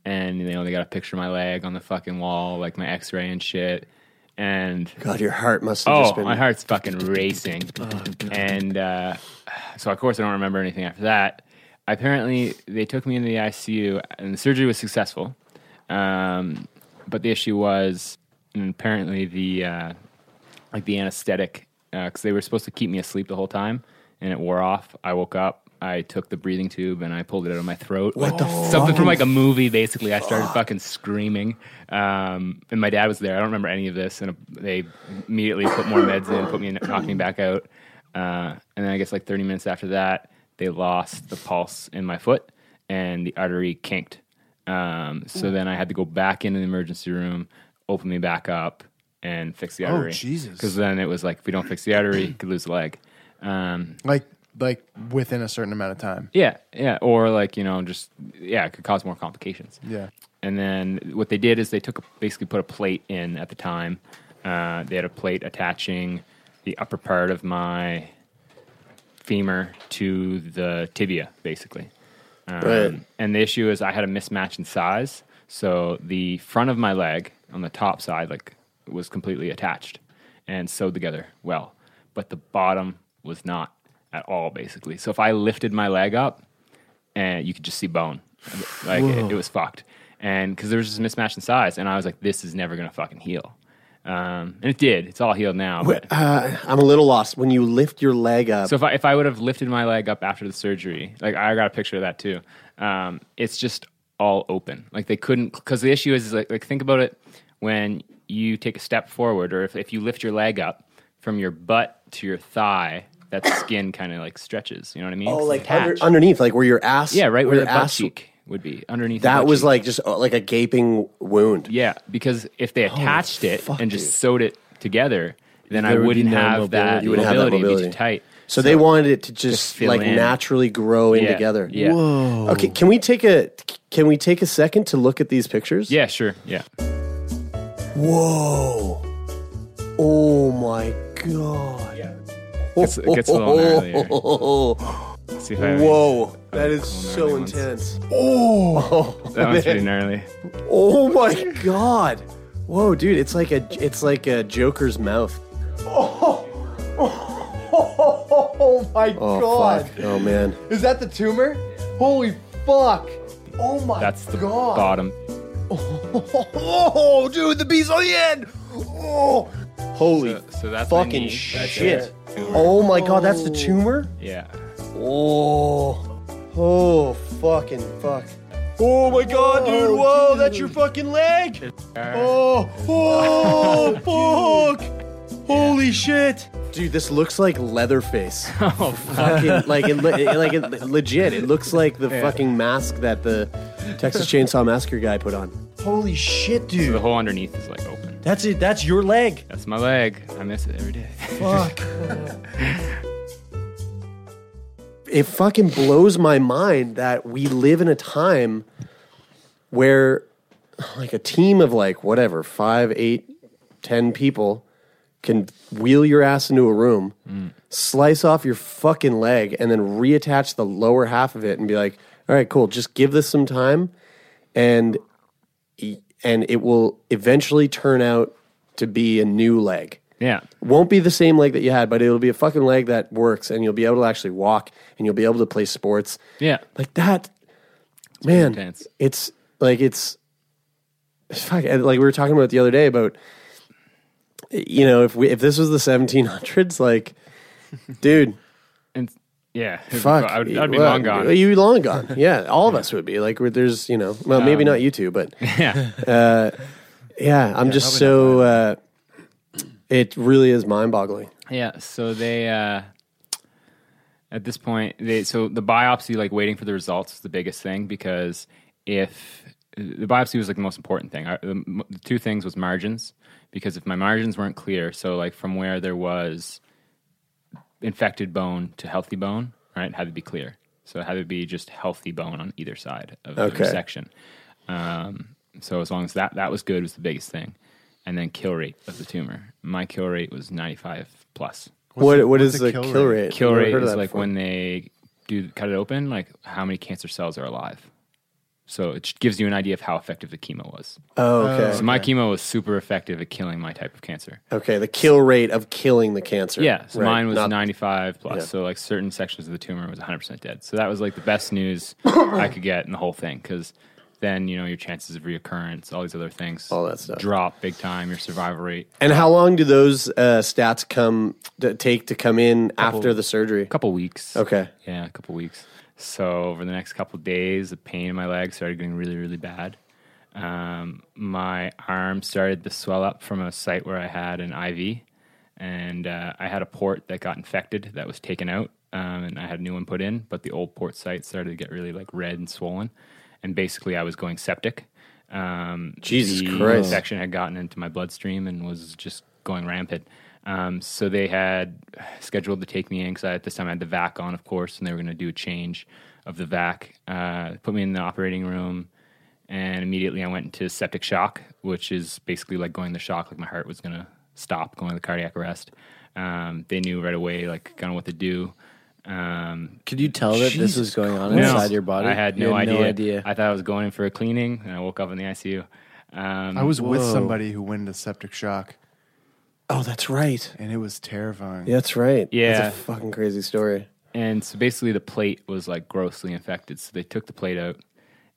Speaker 3: and you know, they got a picture of my leg on the fucking wall, like my X-ray and shit. And
Speaker 5: God, your heart must have
Speaker 3: oh,
Speaker 5: just been-
Speaker 3: my heart's fucking racing. and uh, so of course I don't remember anything after that. Apparently, they took me into the ICU, and the surgery was successful. Um, but the issue was, and apparently the uh, like the anesthetic because they were supposed to keep me asleep the whole time, and it wore off. I woke up. I took the breathing tube and I pulled it out of my throat. What the something from like a movie? Basically, I started fucking screaming. Um, and my dad was there. I don't remember any of this. And uh, they immediately put more meds in, put me in, knocked me back out. Uh, and then I guess like 30 minutes after that, they lost the pulse in my foot and the artery kinked. Um, so then I had to go back into the emergency room, open me back up, and fix the
Speaker 4: Oh,
Speaker 3: artery.
Speaker 4: Jesus.
Speaker 3: Because then it was like, if we don't fix the artery, you could lose a leg. Um,
Speaker 4: like like within a certain amount of time.
Speaker 3: yeah, yeah. Or like, you know, just, yeah, it could cause more complications.
Speaker 4: Yeah.
Speaker 3: And then what they did is they took a, basically put a plate in at the time. Uh, they had a plate attaching the upper part of my femur to the tibia, basically. Um,
Speaker 5: Right.
Speaker 3: And the issue is I had a mismatch in size, so the front of my leg on the top side like was completely attached and sewed together well, but the bottom was not at all, basically. So if I lifted my leg up, and you could just see bone. Like
Speaker 8: Whoa.
Speaker 3: it, it was fucked. And because there was just a mismatch in size, and I was like, this is never gonna fucking heal. Um, and it did. It's all healed now. But
Speaker 5: Uh, I'm a little lost. When you lift your leg up,
Speaker 3: so if I if I would have lifted my leg up after the surgery, like I got a picture of that too. Um, it's just all open. Like they couldn't because the issue is, is like like think about it when you take a step forward or if, if you lift your leg up from your butt to your thigh,
Speaker 5: (coughs)
Speaker 3: that skin kind of like stretches. You know what I mean?
Speaker 5: oh,
Speaker 3: It's
Speaker 5: like
Speaker 3: attached.
Speaker 5: under, underneath, like where your ass,
Speaker 3: yeah, right where,
Speaker 5: your
Speaker 3: the butt cheek would be underneath. the
Speaker 5: that
Speaker 3: butt
Speaker 5: was
Speaker 3: cheek.
Speaker 5: like just uh, like a gaping wound.
Speaker 3: Yeah, because if they attached it and just sewed it together, then
Speaker 5: Oh,
Speaker 3: I
Speaker 5: There would be
Speaker 3: wouldn't
Speaker 5: no
Speaker 3: have that.
Speaker 5: mobility. You wouldn't have that
Speaker 3: It'd be
Speaker 5: mobility.
Speaker 3: too tight.
Speaker 5: So, they wanted it to just,
Speaker 3: fill
Speaker 5: like
Speaker 3: in.
Speaker 5: naturally grow in
Speaker 3: Yeah,
Speaker 5: together.
Speaker 3: yeah. Whoa.
Speaker 5: Okay, can we take a can we take a second to look at these pictures?
Speaker 3: Yeah, sure. Yeah.
Speaker 5: Whoa. Oh my god.
Speaker 3: Gets- it gets a little
Speaker 5: (laughs)
Speaker 3: gnarlier. see if I have any-
Speaker 5: Oh. Whoa. That
Speaker 3: other
Speaker 5: is
Speaker 3: cool
Speaker 5: so
Speaker 3: gnarly ones.
Speaker 5: intense. Oh, (laughs)
Speaker 3: That one's pretty
Speaker 5: man.
Speaker 3: gnarly.
Speaker 5: Oh my god. Whoa, dude, it's like a it's like a Joker's mouth.
Speaker 4: (laughs) Oh, oh, my
Speaker 5: Oh
Speaker 4: god!
Speaker 5: fuck. Oh man.
Speaker 4: Is that the tumor? Holy fuck! Oh my
Speaker 3: That's the
Speaker 4: god!
Speaker 3: bottom.
Speaker 4: Oh, dude, the bee's on the end. Oh,
Speaker 5: holy
Speaker 3: So that's my knee.
Speaker 5: fucking
Speaker 3: That's
Speaker 5: shit.
Speaker 3: it.
Speaker 5: Oh my god, that's the tumor?
Speaker 3: Yeah.
Speaker 5: Oh. Oh fucking fuck. Oh my god, dude. Whoa, that's your fucking leg.
Speaker 4: oh,
Speaker 5: (laughs)
Speaker 4: oh, fuck!
Speaker 5: Holy shit. Dude, this looks like Leatherface.
Speaker 3: Oh,
Speaker 5: fucking like it, le- it- like it, legit. It looks like the fucking mask that the Texas Chainsaw Massacre guy put on.
Speaker 4: Holy shit,
Speaker 3: So
Speaker 4: dude!
Speaker 3: the hole underneath is like open.
Speaker 4: That's it. That's your leg.
Speaker 3: That's my leg. I miss it every day. (laughs)
Speaker 4: Fuck.
Speaker 5: It fucking blows my mind that we live in a time where like a team of like whatever five, eight, ten people can wheel your ass into a room, slice off your fucking leg, and then reattach the lower half of it and be like, all right, cool, just give this some time, and and it will eventually turn out to be a new leg.
Speaker 3: Yeah.
Speaker 5: won't be the same leg that you had, but it'll be a fucking leg that works and you'll be able to actually walk and you'll be able to play sports.
Speaker 3: Yeah.
Speaker 5: Like that man,
Speaker 3: intense.
Speaker 5: it's like it's, it's fuck, and like we were talking about the other day about you know, if we if this was the 1700s
Speaker 3: (laughs)
Speaker 5: like dude,
Speaker 3: And yeah.
Speaker 5: fuck.
Speaker 3: I would, I'd be
Speaker 5: well,
Speaker 3: long gone.
Speaker 5: You'd be long
Speaker 3: (laughs)
Speaker 5: gone. Yeah, all of us would be. Like, we're- there's, you know, well, maybe
Speaker 3: Um,
Speaker 5: not you two, but
Speaker 3: (laughs) yeah.
Speaker 5: uh, yeah, I'm just so. Uh, it really is mind boggling.
Speaker 3: Yeah. So they uh, at this point, they so the biopsy, like waiting for the results, is the biggest thing because if the biopsy was like the most important thing. I, the, m- the two things was margins because if my margins weren't clear, so like from where there was infected bone to healthy bone, right, had to be clear. So it had to be just healthy bone on either side of the
Speaker 5: Okay.
Speaker 3: resection. Um, so as long as that that was good was the biggest thing, and then kill rate of the tumor. My kill rate was ninety five plus.
Speaker 5: What's What- the- what what's is the the kill kill rate? rate?
Speaker 3: Kill
Speaker 5: Never
Speaker 3: rate
Speaker 5: heard of
Speaker 3: is
Speaker 5: that
Speaker 3: like
Speaker 5: before.
Speaker 3: when they do cut it open, like how many cancer cells are alive. So it just gives you an idea of how effective the chemo was.
Speaker 5: Oh, okay.
Speaker 3: So my
Speaker 5: Okay.
Speaker 3: chemo was super effective at killing my type of cancer.
Speaker 5: Okay, the kill rate of killing the cancer.
Speaker 3: Yeah, so
Speaker 5: Right,
Speaker 3: mine was
Speaker 5: not-
Speaker 3: 95 plus.
Speaker 5: Yeah.
Speaker 3: So like certain sections of the tumor was 100% dead. So that was like the best (coughs) news I could get in the whole thing because then you know your chances of reoccurrence, all these other things, all that stuff drop big time. Your survival rate.
Speaker 5: And how long do those uh, stats come to take to come in
Speaker 3: Couple-
Speaker 5: after the surgery? A
Speaker 3: couple weeks.
Speaker 5: Okay.
Speaker 3: Yeah, a couple weeks. So over the next couple days, the pain in my leg started getting really, really bad. Um, my arm started to swell up from a site where I had an IV, and uh, I had a port that got infected that was taken out, um, and I had a new one put in. But the old port site started to get really like red and swollen, and basically I was going septic. Um,
Speaker 5: Jesus
Speaker 3: the
Speaker 5: Christ.
Speaker 3: infection infection had gotten into my bloodstream and was just going rampant. Um, so they had scheduled to take me in because at this time I had the vac on, of course, and they were going to do a change of the vac. Uh, put me in the operating room, and immediately I went into septic shock, which is basically like going into shock, like my heart was going to stop, going to cardiac arrest. Um, they knew right away, like kind of what to do. Um,
Speaker 7: Could you tell that this was going on inside your body?
Speaker 3: I had
Speaker 7: You
Speaker 3: no,
Speaker 7: had no
Speaker 3: idea.
Speaker 7: idea.
Speaker 3: I thought I was going in for a cleaning, and I woke up in the ICU. Um,
Speaker 8: I was with somebody who went into septic shock.
Speaker 5: Oh, that's right.
Speaker 8: And it was terrifying.
Speaker 5: Yeah, that's right.
Speaker 3: Yeah,
Speaker 5: That's a fucking crazy story.
Speaker 3: And so basically, the plate was like grossly infected. So they took the plate out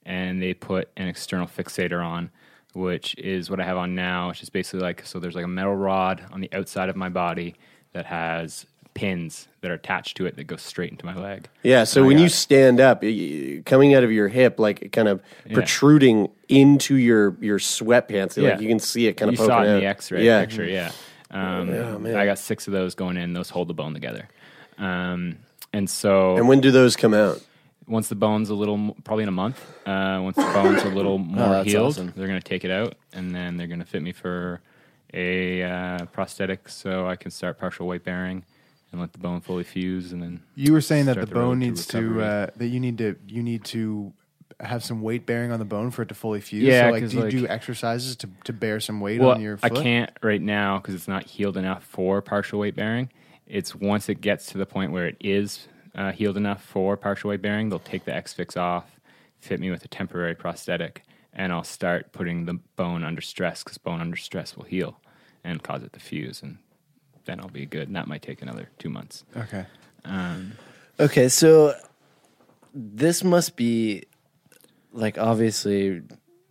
Speaker 3: and they put an external fixator on, which is what I have on now, which is basically like so there's like a metal rod on the outside of my body that has pins that are attached to it that go straight into my leg.
Speaker 5: Yeah, so when you stand up, y- y- coming out of your hip, like kind of
Speaker 3: Yeah.
Speaker 5: protruding into your your sweatpants, like
Speaker 3: Yeah.
Speaker 5: you can see it kind
Speaker 3: you
Speaker 5: of poking
Speaker 3: saw it in
Speaker 5: out.
Speaker 3: the X-ray
Speaker 5: Yeah. Oh,
Speaker 3: picture. Yeah, um,
Speaker 5: Yeah, man.
Speaker 3: I got six of those going in. Those hold the bone together, um, and so.
Speaker 5: And when do those come out?
Speaker 3: Once the bone's a little, m- probably in a month. Uh, once the bone's
Speaker 5: (laughs)
Speaker 3: a little more
Speaker 5: Oh, that's
Speaker 3: healed,
Speaker 5: awesome.
Speaker 3: they're going to take it out, and then they're going to fit me for a uh, prosthetic, so I can start partial weight bearing and let the bone fully fuse, and then
Speaker 8: You were saying that the
Speaker 3: start road
Speaker 8: bone needs to
Speaker 3: recovery.
Speaker 8: uh, that you need to you need to have some weight bearing on the bone for it to fully fuse.
Speaker 3: Yeah,
Speaker 8: so like
Speaker 3: 'cause,
Speaker 8: do you
Speaker 3: like-
Speaker 8: do exercises to, to bear some weight
Speaker 3: well,
Speaker 8: on your foot?
Speaker 3: I can't right now because it's not healed enough for partial weight bearing. It's once it gets to the point where it is uh, healed enough for partial weight bearing, they'll take the X fix off, fit me with a temporary prosthetic, and I'll start putting the bone under stress because bone under stress will heal and cause it to fuse, and then I'll be good. And that might take another two months.
Speaker 8: Okay.
Speaker 3: Um,
Speaker 7: Okay, so this must be like obviously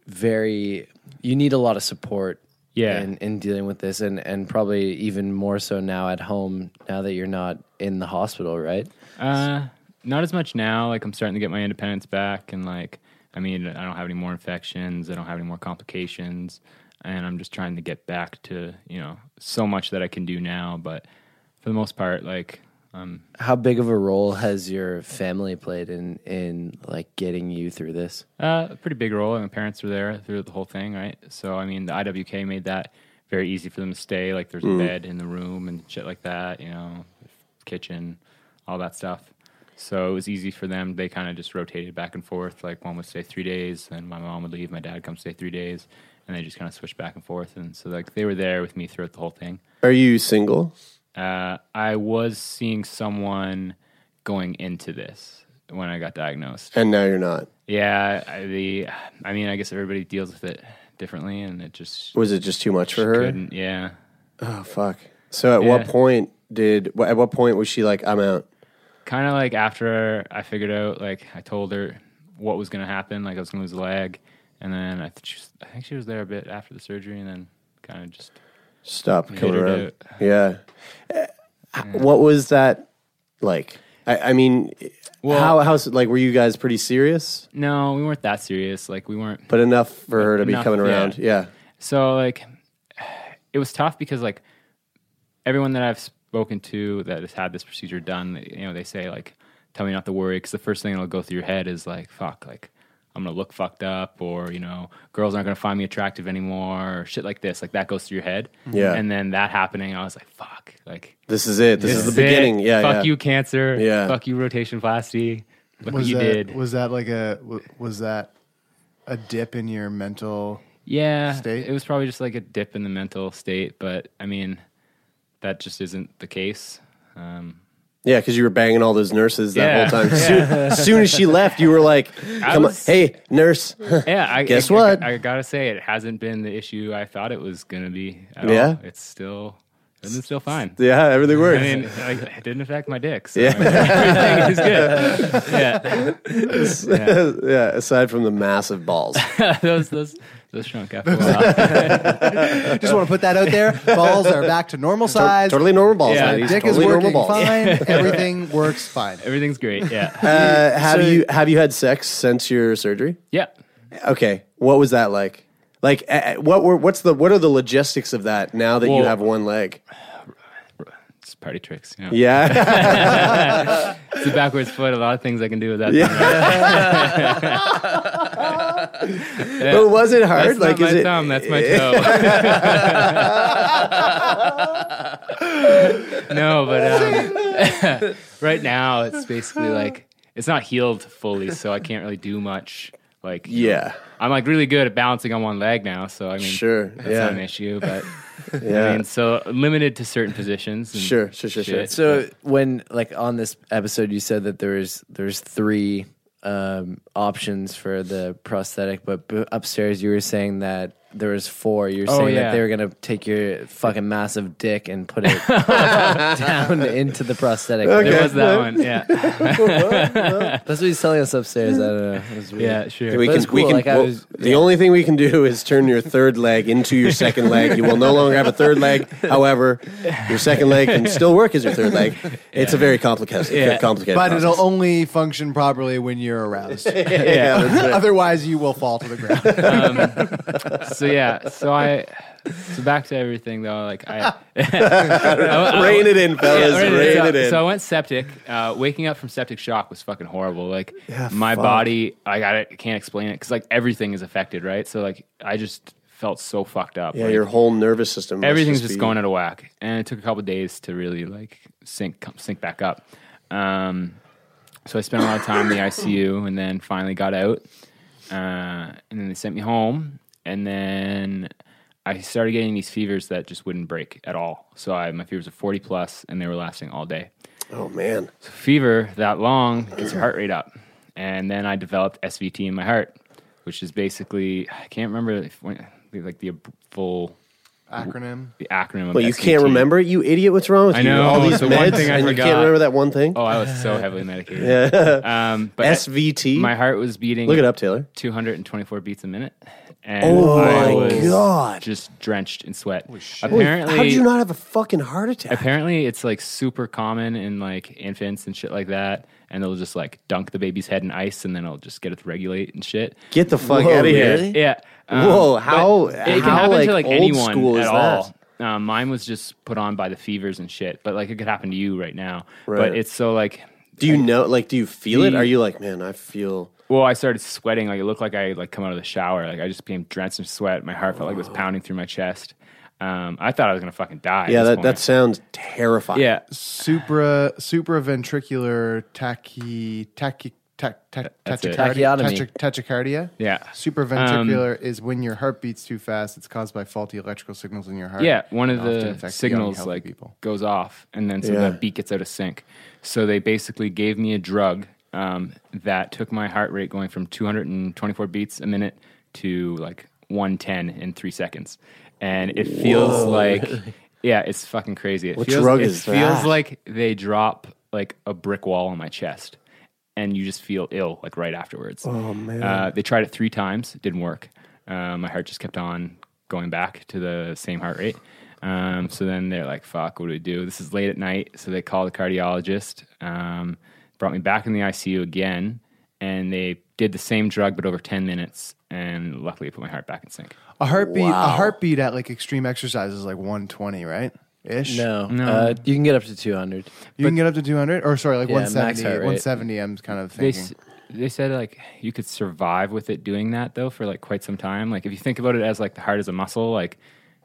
Speaker 7: very you need a lot of support
Speaker 3: Yeah.
Speaker 7: in, in dealing with this and, and probably even more so now at home now that you're not in the hospital, right?
Speaker 3: Uh, not as much now. Like I'm starting to get my independence back, and like I mean, I don't have any more infections. I don't have any more complications, and I'm just trying to get back to you know so much that I can do now. But for the most part, like um,
Speaker 7: How big of a role has your family played in in like getting you through this?
Speaker 3: Uh, a pretty big role, and my parents were there through the whole thing, right? So, I mean, the IWK made that very easy for them to stay. Like, there's
Speaker 7: Mm.
Speaker 3: a bed in the room and shit like that, you know, kitchen, all that stuff. So it was easy for them. They kind of just rotated back and forth. Like, one would stay three days, then my mom would leave, my dad come stay three days, and they just kind of switched back and forth. And so, like, they were there with me throughout the whole thing.
Speaker 5: Are you single?
Speaker 3: Uh, I was seeing someone going into this when I got diagnosed.
Speaker 5: And now you're not.
Speaker 3: Yeah, I, the I mean, I guess everybody deals with it differently, and it just
Speaker 5: Was it just too much for her?
Speaker 3: couldn't. Yeah,
Speaker 5: Oh fuck. So at what
Speaker 3: Yeah.
Speaker 5: point did wh- at what point was she like I'm out?
Speaker 3: kind of like after I figured out, like I told her what was gonna happen, like I was gonna lose a leg, and then I, th- she was, I think she was there a bit after the surgery, and then kind of just
Speaker 5: Stop
Speaker 3: Made
Speaker 5: coming
Speaker 3: her
Speaker 5: around.
Speaker 3: do it.
Speaker 5: Yeah. Uh, What was that like? I, I mean, how how like were you guys pretty serious?
Speaker 3: no, we weren't that serious. Like we weren't
Speaker 5: But enough for her to
Speaker 3: Enough,
Speaker 5: be coming
Speaker 3: yeah.
Speaker 5: around. Yeah.
Speaker 3: So like, (sighs) it was tough because like everyone that I've spoken to that has had this procedure done, you know, they say like, tell me not to worry because the first thing that'll go through your head is like, fuck, like I'm gonna look fucked up, or you know, girls aren't gonna find me attractive anymore, or shit like this. Like that goes through your head.
Speaker 5: Yeah.
Speaker 3: And then that happening, I was like, fuck. Like
Speaker 5: This is it. This is the
Speaker 3: it.
Speaker 5: beginning. Yeah,
Speaker 3: Fuck
Speaker 5: yeah.
Speaker 3: you, cancer.
Speaker 5: Yeah.
Speaker 3: Fuck you, rotation plasty. Look what
Speaker 8: was
Speaker 3: you
Speaker 8: that,
Speaker 3: did.
Speaker 8: Was that like a w- was that a dip in your mental?
Speaker 3: Yeah, it was probably just like a dip in the mental state, but I mean, that just isn't the case. Um,
Speaker 5: Yeah, because you were banging all those nurses that
Speaker 3: Yeah.
Speaker 5: whole time.
Speaker 3: Yeah.
Speaker 5: Soon, soon as she left, you were like,
Speaker 3: (laughs) I
Speaker 5: "Come
Speaker 3: was-
Speaker 5: on, hey nurse." (laughs)
Speaker 3: yeah, I,
Speaker 5: guess
Speaker 3: I-
Speaker 5: what?
Speaker 3: I, gotta say, it hasn't been the issue I thought it was gonna be. At
Speaker 5: Yeah?
Speaker 3: all. it's still, it's still fine.
Speaker 5: yeah, everything (laughs) works.
Speaker 3: I mean, like, it didn't affect my dick. So
Speaker 5: Yeah.
Speaker 3: (laughs) everything is good.
Speaker 5: (laughs)
Speaker 3: Yeah,
Speaker 5: yeah. Aside from the massive
Speaker 3: (laughs)
Speaker 5: balls,
Speaker 3: yeah. those those those shrunk after
Speaker 5: (laughs)
Speaker 3: a while.
Speaker 4: Just want to put that
Speaker 8: (laughs)
Speaker 4: out there. Balls are back to normal
Speaker 5: Tot-
Speaker 4: size.
Speaker 5: totally normal balls, ladies.
Speaker 4: Dick
Speaker 5: Totally
Speaker 4: is
Speaker 5: normal
Speaker 4: working
Speaker 8: (laughs)
Speaker 5: balls.
Speaker 4: fine.
Speaker 5: Yeah.
Speaker 4: Everything works fine.
Speaker 3: Everything's great. Yeah.
Speaker 5: uh, have
Speaker 3: So-
Speaker 5: you have you had sex since your surgery?
Speaker 3: Yeah.
Speaker 5: Okay, what was that like? Like, uh, what were what's the what are the logistics of that now that you
Speaker 3: Well-
Speaker 5: have one
Speaker 3: (laughs)
Speaker 5: leg?
Speaker 3: It's party tricks. You know?
Speaker 5: Yeah.
Speaker 3: it's a backwards foot. A lot of things I can do with that.
Speaker 5: Yeah.
Speaker 3: Yeah.
Speaker 5: (laughs) But was it hard?
Speaker 3: That's
Speaker 5: like,
Speaker 3: not
Speaker 5: is
Speaker 3: my
Speaker 5: it?
Speaker 3: thumb. That's my
Speaker 5: (laughs)
Speaker 3: toe. no, but um, right now it's basically like it's not healed fully, so I can't really do much. Like, you know,
Speaker 5: Yeah.
Speaker 3: I'm like really good at balancing on one leg now, so I mean,
Speaker 5: Sure,
Speaker 3: that's
Speaker 5: yeah.
Speaker 3: not an issue, but.
Speaker 5: (laughs) Yeah.
Speaker 3: I mean, so limited to certain positions. and
Speaker 5: Sure, sure, sure, sure.
Speaker 3: shit.
Speaker 7: So when like on this episode, you said that there was there's three um, options for the prosthetic, but b- upstairs you were saying that there was four. You're
Speaker 3: Oh,
Speaker 7: saying
Speaker 3: yeah.
Speaker 7: that they were gonna take your fucking massive dick and put
Speaker 3: (laughs)
Speaker 7: it down into the prosthetic.
Speaker 3: Okay. There was that one,
Speaker 5: (laughs)
Speaker 3: yeah.
Speaker 7: That's what he's telling us upstairs. I don't
Speaker 3: uh,
Speaker 7: know. It was weird.
Speaker 5: We
Speaker 7: But
Speaker 5: can,
Speaker 7: it's
Speaker 5: we
Speaker 7: cool,
Speaker 5: can,
Speaker 7: like, I
Speaker 5: well,
Speaker 7: was-
Speaker 5: the only thing we can do is turn your third leg into your second leg. You will no longer have a third
Speaker 3: (laughs)
Speaker 5: leg. However, your second leg can still work as your third leg. It's a very complicated, complicated.
Speaker 8: But
Speaker 5: process.
Speaker 8: it'll only function properly when you're
Speaker 4: (laughs)
Speaker 8: aroused.
Speaker 5: Yeah, that's
Speaker 3: (laughs)
Speaker 5: right.
Speaker 8: Otherwise, you will fall to the ground.
Speaker 3: so yeah, so I so back to everything though. Like I, uh,
Speaker 5: Rein it in, fellas, rein
Speaker 3: so,
Speaker 5: it in.
Speaker 3: So I went septic. Uh, waking up from septic shock was fucking horrible. Like
Speaker 5: Yeah,
Speaker 3: my
Speaker 5: fuck.
Speaker 3: body, I got it. Can't explain it because like everything is affected, right? So like I just felt so fucked up.
Speaker 5: yeah,
Speaker 3: Like,
Speaker 5: your whole nervous system. must
Speaker 3: everything's just
Speaker 5: be-
Speaker 3: going out of whack and it took a couple days to really like sync come- sync back up um, so i spent a lot of time
Speaker 5: (coughs)
Speaker 3: in the icu and then finally got out uh, and then they sent me home and then i started getting these fevers that just wouldn't break at all so I, my fevers were 40 plus and they were lasting all day
Speaker 5: Oh man,
Speaker 3: so fever that long gets your heart rate up. And then I developed SVT in my heart, which is basically I can't remember if, when, like the full
Speaker 8: Acronym?
Speaker 3: The acronym. Of
Speaker 5: Well, you
Speaker 3: SVT.
Speaker 5: can't remember it, you idiot. What's wrong with
Speaker 3: I
Speaker 5: you?
Speaker 3: know
Speaker 5: All these
Speaker 3: it's the
Speaker 5: meds,
Speaker 3: one thing I
Speaker 5: and you
Speaker 3: forgot.
Speaker 5: can't remember that one thing.
Speaker 3: Oh, I
Speaker 5: (laughs)
Speaker 3: was so heavily medicated.
Speaker 5: Yeah.
Speaker 3: Um, but
Speaker 5: SVT?
Speaker 3: My heart was beating.
Speaker 5: Look it up, Taylor.
Speaker 3: 224 beats a minute. And
Speaker 5: Oh
Speaker 3: I
Speaker 5: my
Speaker 3: was
Speaker 5: God.
Speaker 3: Just drenched in sweat.
Speaker 5: Holy-
Speaker 3: Apparently,
Speaker 5: how did you not have a fucking heart attack?
Speaker 3: Apparently, it's like super common in like infants and shit like that. And they'll just like dunk the baby's head in ice, and then it'll just get it to regulate and shit.
Speaker 5: Get the fuck
Speaker 3: Whoa,
Speaker 5: out of here!
Speaker 3: really? Yeah. Um,
Speaker 5: Whoa!
Speaker 3: but
Speaker 5: How?
Speaker 3: it
Speaker 5: how,
Speaker 3: can happen
Speaker 5: like,
Speaker 3: to like
Speaker 5: old
Speaker 3: anyone
Speaker 5: school
Speaker 3: at
Speaker 5: is
Speaker 3: all.
Speaker 5: that?
Speaker 3: Um, mine was just put on by the fevers and shit, but like it could happen to you right now.
Speaker 5: Right.
Speaker 3: But it's so like.
Speaker 5: Do you know? Like, do you feel it?
Speaker 3: The-
Speaker 5: Are you like, man? I feel.
Speaker 3: Well, I started sweating. Like it looked like I had, like come out of the shower. Like I just became drenched in sweat. My heart felt like it was pounding through my chest. Um, I thought I was gonna fucking die. at
Speaker 5: Yeah,
Speaker 3: this
Speaker 5: that,
Speaker 3: point.
Speaker 5: that sounds terrifying.
Speaker 3: Yeah.
Speaker 8: Supra supraventricular tachy tachy tach, tach,
Speaker 3: That's it.
Speaker 8: tachycardia.
Speaker 3: Tachyotomy.
Speaker 8: Tachy, tachycardia.
Speaker 3: Yeah. Um,
Speaker 8: Supraventricular is when your heart beats too fast. It's caused by faulty electrical signals in your heart.
Speaker 3: Yeah, one of
Speaker 8: and often affects
Speaker 3: the
Speaker 8: young,
Speaker 3: signals
Speaker 8: healthy
Speaker 3: like
Speaker 8: people.
Speaker 3: goes off, and then so
Speaker 8: Yeah.
Speaker 3: the beat gets out of sync. So they basically gave me a drug um, that took my heart rate going from 224 beats a minute to like 110 in three seconds, and it feels
Speaker 5: Whoa. (laughs)
Speaker 3: like yeah, it's fucking crazy. It
Speaker 5: What
Speaker 3: feels,
Speaker 5: drug
Speaker 3: it
Speaker 5: is
Speaker 3: feels
Speaker 5: that?
Speaker 3: like they drop like a brick wall on my chest. And you just feel ill like right afterwards.
Speaker 5: Oh, man.
Speaker 3: Uh, they tried it three times, it didn't work. Um, my heart just kept on going back to the same heart rate. Um, so then they're like, "Fuck, what do we do?" This is late at night, so they called the cardiologist. Um, brought me back in the ICU again, and they did the same drug but over ten minutes. And luckily, it put my heart back in sync.
Speaker 8: A heartbeat.
Speaker 3: Wow.
Speaker 8: A heartbeat at like extreme exercise is like 120, right? Ish.
Speaker 7: No. No. Uh, you can get up to 200.
Speaker 8: You can get up to 200, or sorry, like
Speaker 7: Yeah, max
Speaker 8: 170.
Speaker 7: heart rate.
Speaker 8: 170. I'm kind of
Speaker 3: They
Speaker 8: thinking.
Speaker 3: s- they said like you could survive with it doing that though for like quite some time. Like if you think about it as like the heart is a muscle, like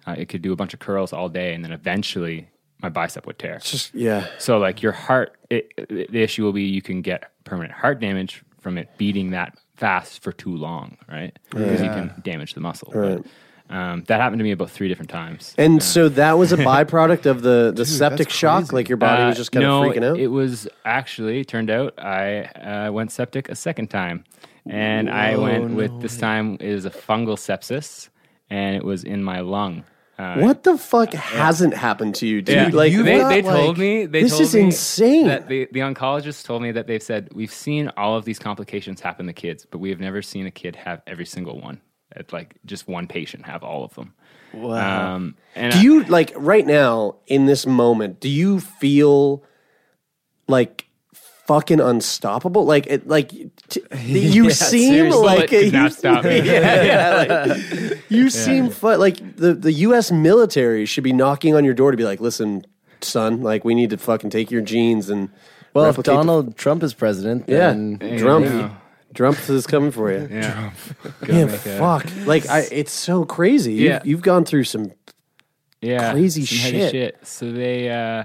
Speaker 3: uh, it could do a bunch of curls all day, and then eventually my bicep would tear.
Speaker 5: yeah.
Speaker 3: So like your heart, it, it- the issue will be you can get permanent heart damage from it beating that fast for too long, right? Because
Speaker 5: Yeah.
Speaker 3: you can damage the muscle. But, um, that happened to me about three different times.
Speaker 5: And so that
Speaker 3: (laughs)
Speaker 5: was a byproduct of the, the
Speaker 3: Dude,
Speaker 5: septic
Speaker 3: that's
Speaker 5: shock.
Speaker 3: crazy.
Speaker 5: Like your body
Speaker 3: Uh,
Speaker 5: was just kind
Speaker 3: no,
Speaker 5: of freaking out.
Speaker 3: It was actually turned out I uh, went septic a second time, and I
Speaker 5: Whoa,
Speaker 3: went
Speaker 5: no
Speaker 3: with this time is a fungal sepsis, and it was in my lung. Uh,
Speaker 5: what the fuck hasn't happened to you, dude?
Speaker 3: yeah,
Speaker 5: like
Speaker 3: they, they told me. They
Speaker 5: this
Speaker 3: told
Speaker 5: is
Speaker 3: me
Speaker 5: insane.
Speaker 3: That the, the oncologist told me that they've said we've seen all of these complications happen to kids, but we have never seen a kid have every single one. It's like just one patient have all of them.
Speaker 5: Wow.
Speaker 3: Um,
Speaker 5: (laughs)
Speaker 3: and
Speaker 5: do
Speaker 3: I-
Speaker 5: you like right now in this moment? Do you feel like fucking unstoppable? Like it, like t- you
Speaker 9: Yeah,
Speaker 5: seem
Speaker 9: seriously.
Speaker 5: like
Speaker 9: Bullet did
Speaker 5: you-
Speaker 9: not stop me.
Speaker 5: yeah, (laughs) yeah, like, you seem fu- like the the U.S. military should be knocking on your door to be like, listen, son, like we need to fucking take your genes and
Speaker 7: Well, if
Speaker 5: replicate the-
Speaker 7: Donald Trump is president,
Speaker 5: yeah,
Speaker 7: then
Speaker 5: Trump. Trump is coming for you.
Speaker 3: (laughs) Yeah.
Speaker 5: Man,
Speaker 7: Gotta make a-
Speaker 5: fuck. Like I, it's so crazy. You've-
Speaker 3: Yeah.
Speaker 5: You've, gone through some
Speaker 3: yeah,
Speaker 5: crazy
Speaker 3: some heavy
Speaker 5: shit.
Speaker 3: So they, uh,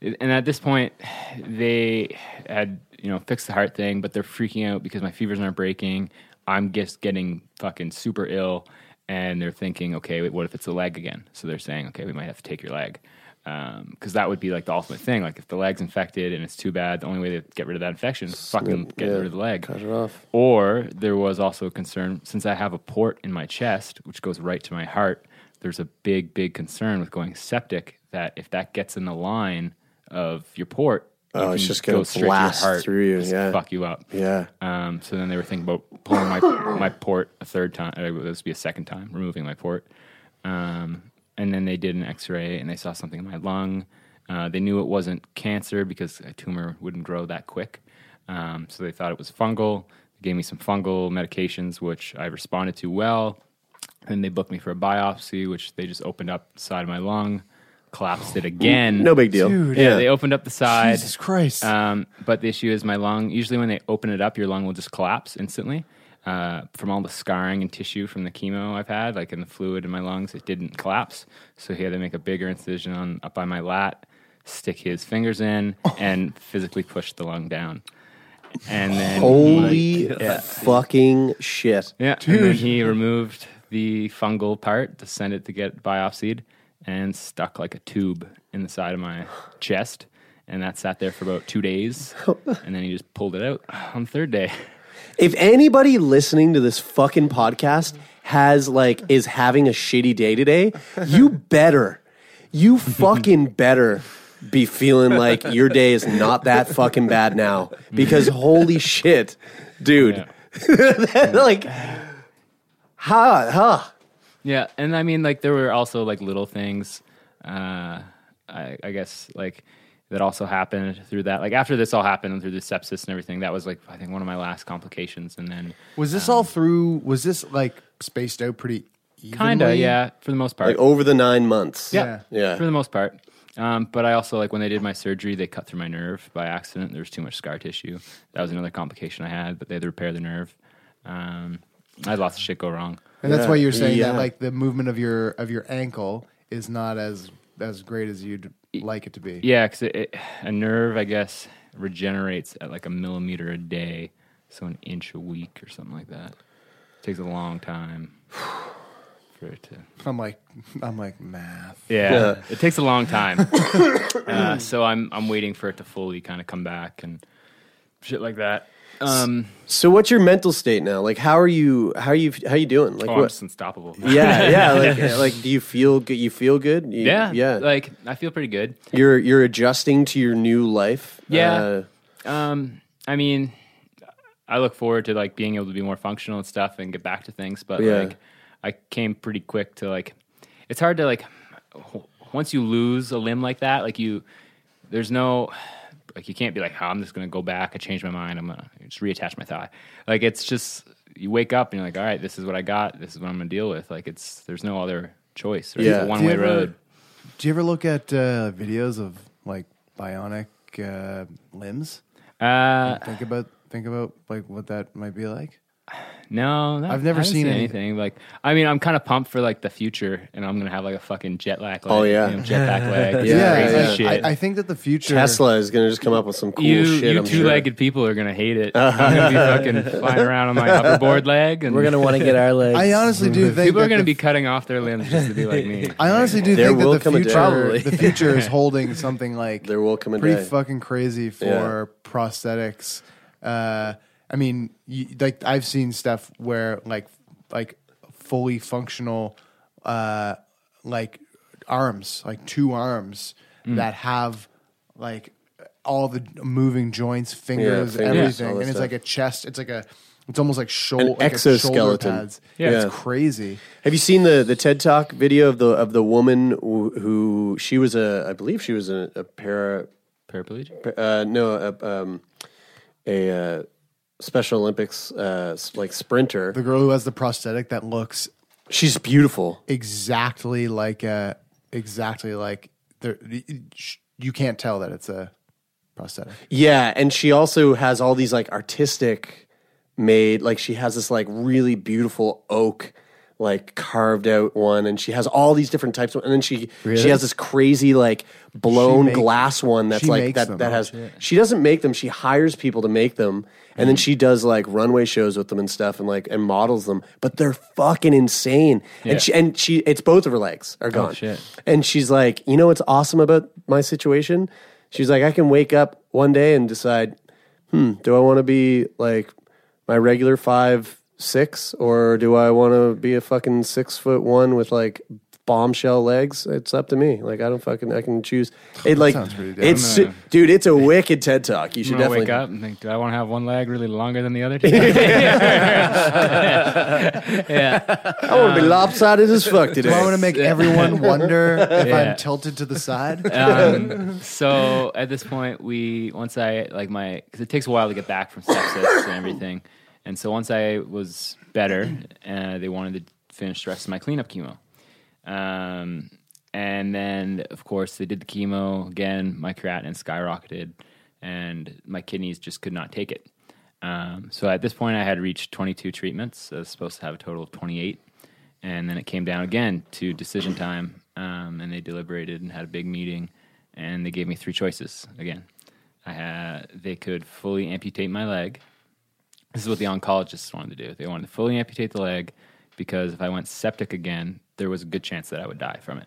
Speaker 3: and at this point, they had you know fixed the heart thing, but they're freaking out because my fevers aren't breaking. I'm just getting fucking super ill, and they're thinking, okay, wait, what if it's a leg again? So they're saying, okay, we might have to take your leg. Because that would be like the ultimate thing. Like if the leg's infected and it's too bad, the only way to get rid of that infection is fucking get
Speaker 5: yeah,
Speaker 3: rid of the leg.
Speaker 5: cut it off.
Speaker 3: Or there was also a concern since I have a port in my chest, which goes right to my heart. There's a big, big concern with going septic that if that gets in the line of your port,
Speaker 5: Oh,
Speaker 3: you
Speaker 5: it's
Speaker 3: can
Speaker 5: just gonna
Speaker 3: go straight to your
Speaker 5: blast
Speaker 3: heart,
Speaker 5: through you,
Speaker 3: just
Speaker 5: yeah.
Speaker 3: fuck you up.
Speaker 5: Yeah.
Speaker 3: Um, so then they were thinking about pulling my (coughs) my port a third time. uh, This would be a second time removing my port. Um, and then they did an X-ray and they saw something in my lung. Uh, they knew it wasn't cancer because a tumor wouldn't grow that quick. Um, so they thought it was fungal. They gave me some fungal medications, which I responded to well. Then they booked me for a biopsy, which they just opened up the side of my lung, collapsed it again.
Speaker 5: No big deal. Dude.
Speaker 3: yeah,
Speaker 5: Yeah.
Speaker 3: they opened up the side.
Speaker 5: Jesus Christ.
Speaker 3: Um, but the issue is my lung. Usually, when they open it up, your lung will just collapse instantly uh, from all the scarring and tissue from the chemo I've had, like in the fluid in my lungs. It didn't collapse, so he had to make a bigger incision on up by my lat, stick his fingers in, and physically push the lung down. And then
Speaker 5: Holy
Speaker 3: Yeah.
Speaker 5: fucking shit.
Speaker 3: Yeah, and then he removed the fungal part to send it to get biopsied and stuck like a tube in the side of my chest. And that sat there for about two (laughs) days. and then he just pulled it out on the third day.
Speaker 5: If anybody listening to this fucking podcast has like is having a shitty day today, you better, you fucking better be feeling like your day is not that fucking bad now because holy shit, dude. (laughs) like, ha, ha.
Speaker 3: Yeah, and I mean, like there were also like little things, uh, I, I guess, like that also happened through that. Like after this all happened through the sepsis and everything, that was like I think one of my last complications. And then
Speaker 8: Was this all through? Was this like spaced out pretty? Evenly?
Speaker 3: kinda, yeah, for the most part,
Speaker 5: Like over the nine months.
Speaker 3: Yeah,
Speaker 5: Yeah.
Speaker 3: for the most part. Um, but I also like when they did my surgery, they cut through my nerve by accident. There was too much scar tissue. That was another complication I had, but they had to repair the nerve. Um, I had lots of shit go wrong.
Speaker 8: And that's why you're saying
Speaker 3: Yeah.
Speaker 8: that like the movement of your of your ankle is not as as great as you'd like it to be.
Speaker 3: Yeah, because it, it, a nerve, I guess, regenerates at like a millimeter a day, so an inch a week or something like that. takes a long time (sighs) for it to.
Speaker 8: I'm like (laughs) I'm like math.
Speaker 3: Yeah, it takes a long time. (coughs) uh, so I'm I'm waiting for it to fully kind of come back and shit like that. Um,
Speaker 5: so what's your mental state now? Like, how are you? How are you? How you doing? Like,
Speaker 3: oh, I'm
Speaker 5: what?
Speaker 3: just unstoppable.
Speaker 5: yeah,
Speaker 3: (laughs)
Speaker 5: yeah. Like, like, do you feel good? You feel good? You-
Speaker 3: yeah,
Speaker 5: yeah.
Speaker 3: Like I feel pretty good.
Speaker 5: You're you're adjusting to your new life. Uh,
Speaker 3: Yeah. um, I mean, I look forward to like being able to be more functional and stuff and get back to things. But
Speaker 5: Yeah.
Speaker 3: like, I came pretty quick to like, it's hard to like, w- once you lose a limb like that, like you, there's no, like you can't be like, oh, I'm just gonna go back. I changed my mind. I'm gonna just reattach my thigh. Like it's just you wake up and you're like, all right, this is what I got. This is what I'm gonna deal with. Like it's there's no other choice. Right? It's a one way
Speaker 8: Do you ever-
Speaker 3: road.
Speaker 8: Do you ever look at uh, videos of like bionic uh, limbs?
Speaker 3: Uh,
Speaker 8: think about
Speaker 4: think about like what that might be like?
Speaker 3: No, no,
Speaker 4: I've never
Speaker 3: I haven't
Speaker 4: seen any-
Speaker 3: anything. Like, I mean, I'm kind of pumped for like the future, and I'm gonna have like a fucking jet lag. Leg,
Speaker 5: Oh, yeah.
Speaker 3: you
Speaker 4: (laughs)
Speaker 3: know, jetpack leg.
Speaker 5: Yeah,
Speaker 3: crazy
Speaker 5: yeah.
Speaker 3: shit.
Speaker 4: I, I think that the future
Speaker 5: Tesla is going to just come up with some cool
Speaker 3: you,
Speaker 5: shit.
Speaker 3: you
Speaker 5: I'm
Speaker 3: two
Speaker 5: sure.
Speaker 3: legged people are gonna
Speaker 5: (laughs)
Speaker 3: hate it. I'm gonna be fucking flying around on my hoverboard leg, and
Speaker 10: We're gonna
Speaker 3: (laughs)
Speaker 10: wanna get our legs.
Speaker 4: I honestly do think
Speaker 3: people
Speaker 4: that
Speaker 3: are gonna
Speaker 4: the-
Speaker 3: be cutting off their limbs just to be
Speaker 5: (laughs)
Speaker 3: like me.
Speaker 4: I honestly do
Speaker 5: There
Speaker 4: think
Speaker 5: will
Speaker 4: that the
Speaker 5: come a day.
Speaker 4: future,
Speaker 5: Probably.
Speaker 4: the future is holding something like
Speaker 5: there will come a
Speaker 4: pretty
Speaker 5: day.
Speaker 4: fucking crazy for prosthetics. Uh, I mean, you, like I've seen stuff where like like fully functional, uh, like arms, like two arms
Speaker 11: Mm.
Speaker 4: that have like all the moving joints, fingers,
Speaker 5: fingers,
Speaker 4: everything,
Speaker 5: all
Speaker 4: and
Speaker 5: that
Speaker 4: it's
Speaker 5: stuff.
Speaker 4: like a chest. It's like a, it's almost like shou-
Speaker 5: An
Speaker 4: like a shoulder
Speaker 5: exoskeleton.
Speaker 4: pads. it's crazy.
Speaker 5: Have you seen the the TED Talk video of the of the woman who, who she was a I believe she was a, a para
Speaker 3: paraplegic?
Speaker 5: Uh, no, a, um, a uh, Special Olympics uh, s- like sprinter.
Speaker 4: The girl who has the prosthetic that looks
Speaker 5: She's beautiful.
Speaker 4: exactly like a exactly like there you can't tell that it's a prosthetic.
Speaker 5: Yeah, and she also has all these like artistic made like she has this like really beautiful oak like carved out one and she has all these different types of, and then she
Speaker 12: Really?
Speaker 5: she has this crazy like blown
Speaker 12: She make-
Speaker 5: glass one that's
Speaker 12: she
Speaker 5: like
Speaker 12: makes
Speaker 5: that
Speaker 12: them.
Speaker 5: that
Speaker 12: Oh,
Speaker 5: has
Speaker 12: shit. Mm.
Speaker 5: she doesn't make them she hires people to make them and then she does like runway shows with them and stuff and like and models them but they're fucking insane
Speaker 12: Yeah.
Speaker 5: and she and she it's both of her legs are
Speaker 12: Oh,
Speaker 5: gone
Speaker 12: shit.
Speaker 5: and she's like, you know what's awesome about my situation? She's like, I can wake up one day and decide, hmm, do I want to be like my regular five six or do I want to be a fucking six foot one with like bombshell legs? It's up to me. Like I don't fucking I can choose. It
Speaker 3: Oh, That
Speaker 5: like
Speaker 3: sounds pretty uh, dope.
Speaker 5: it's
Speaker 3: Yeah.
Speaker 5: dude, it's a wicked TED talk. You should
Speaker 3: I'm gonna
Speaker 5: definitely
Speaker 3: wake up and think, do I want to have one leg really longer than the
Speaker 5: (laughs)
Speaker 3: other? (laughs) yeah,
Speaker 5: I want to be lopsided as fuck today.
Speaker 4: Do I want to make everyone wonder if
Speaker 3: Yeah.
Speaker 4: I'm tilted to the
Speaker 3: (laughs)
Speaker 4: side?
Speaker 3: um, so at this point, we once I like my because it takes a while to get back from sepsis and everything, and so once I was better, uh, they wanted to finish the rest of my cleanup chemo, um, and then of course they did the chemo again. My creatinine skyrocketed, and my kidneys just could not take it. Um, so at this point, I had reached 22 treatments. I was supposed to have a total of 28. And then it came down again to decision time. Um, and they deliberated and had a big meeting. And they gave me three choices again. I had, they could fully amputate my leg. This is what the oncologists wanted to do. They wanted to fully amputate the leg because if I went septic again, there was a good chance that I would die from it.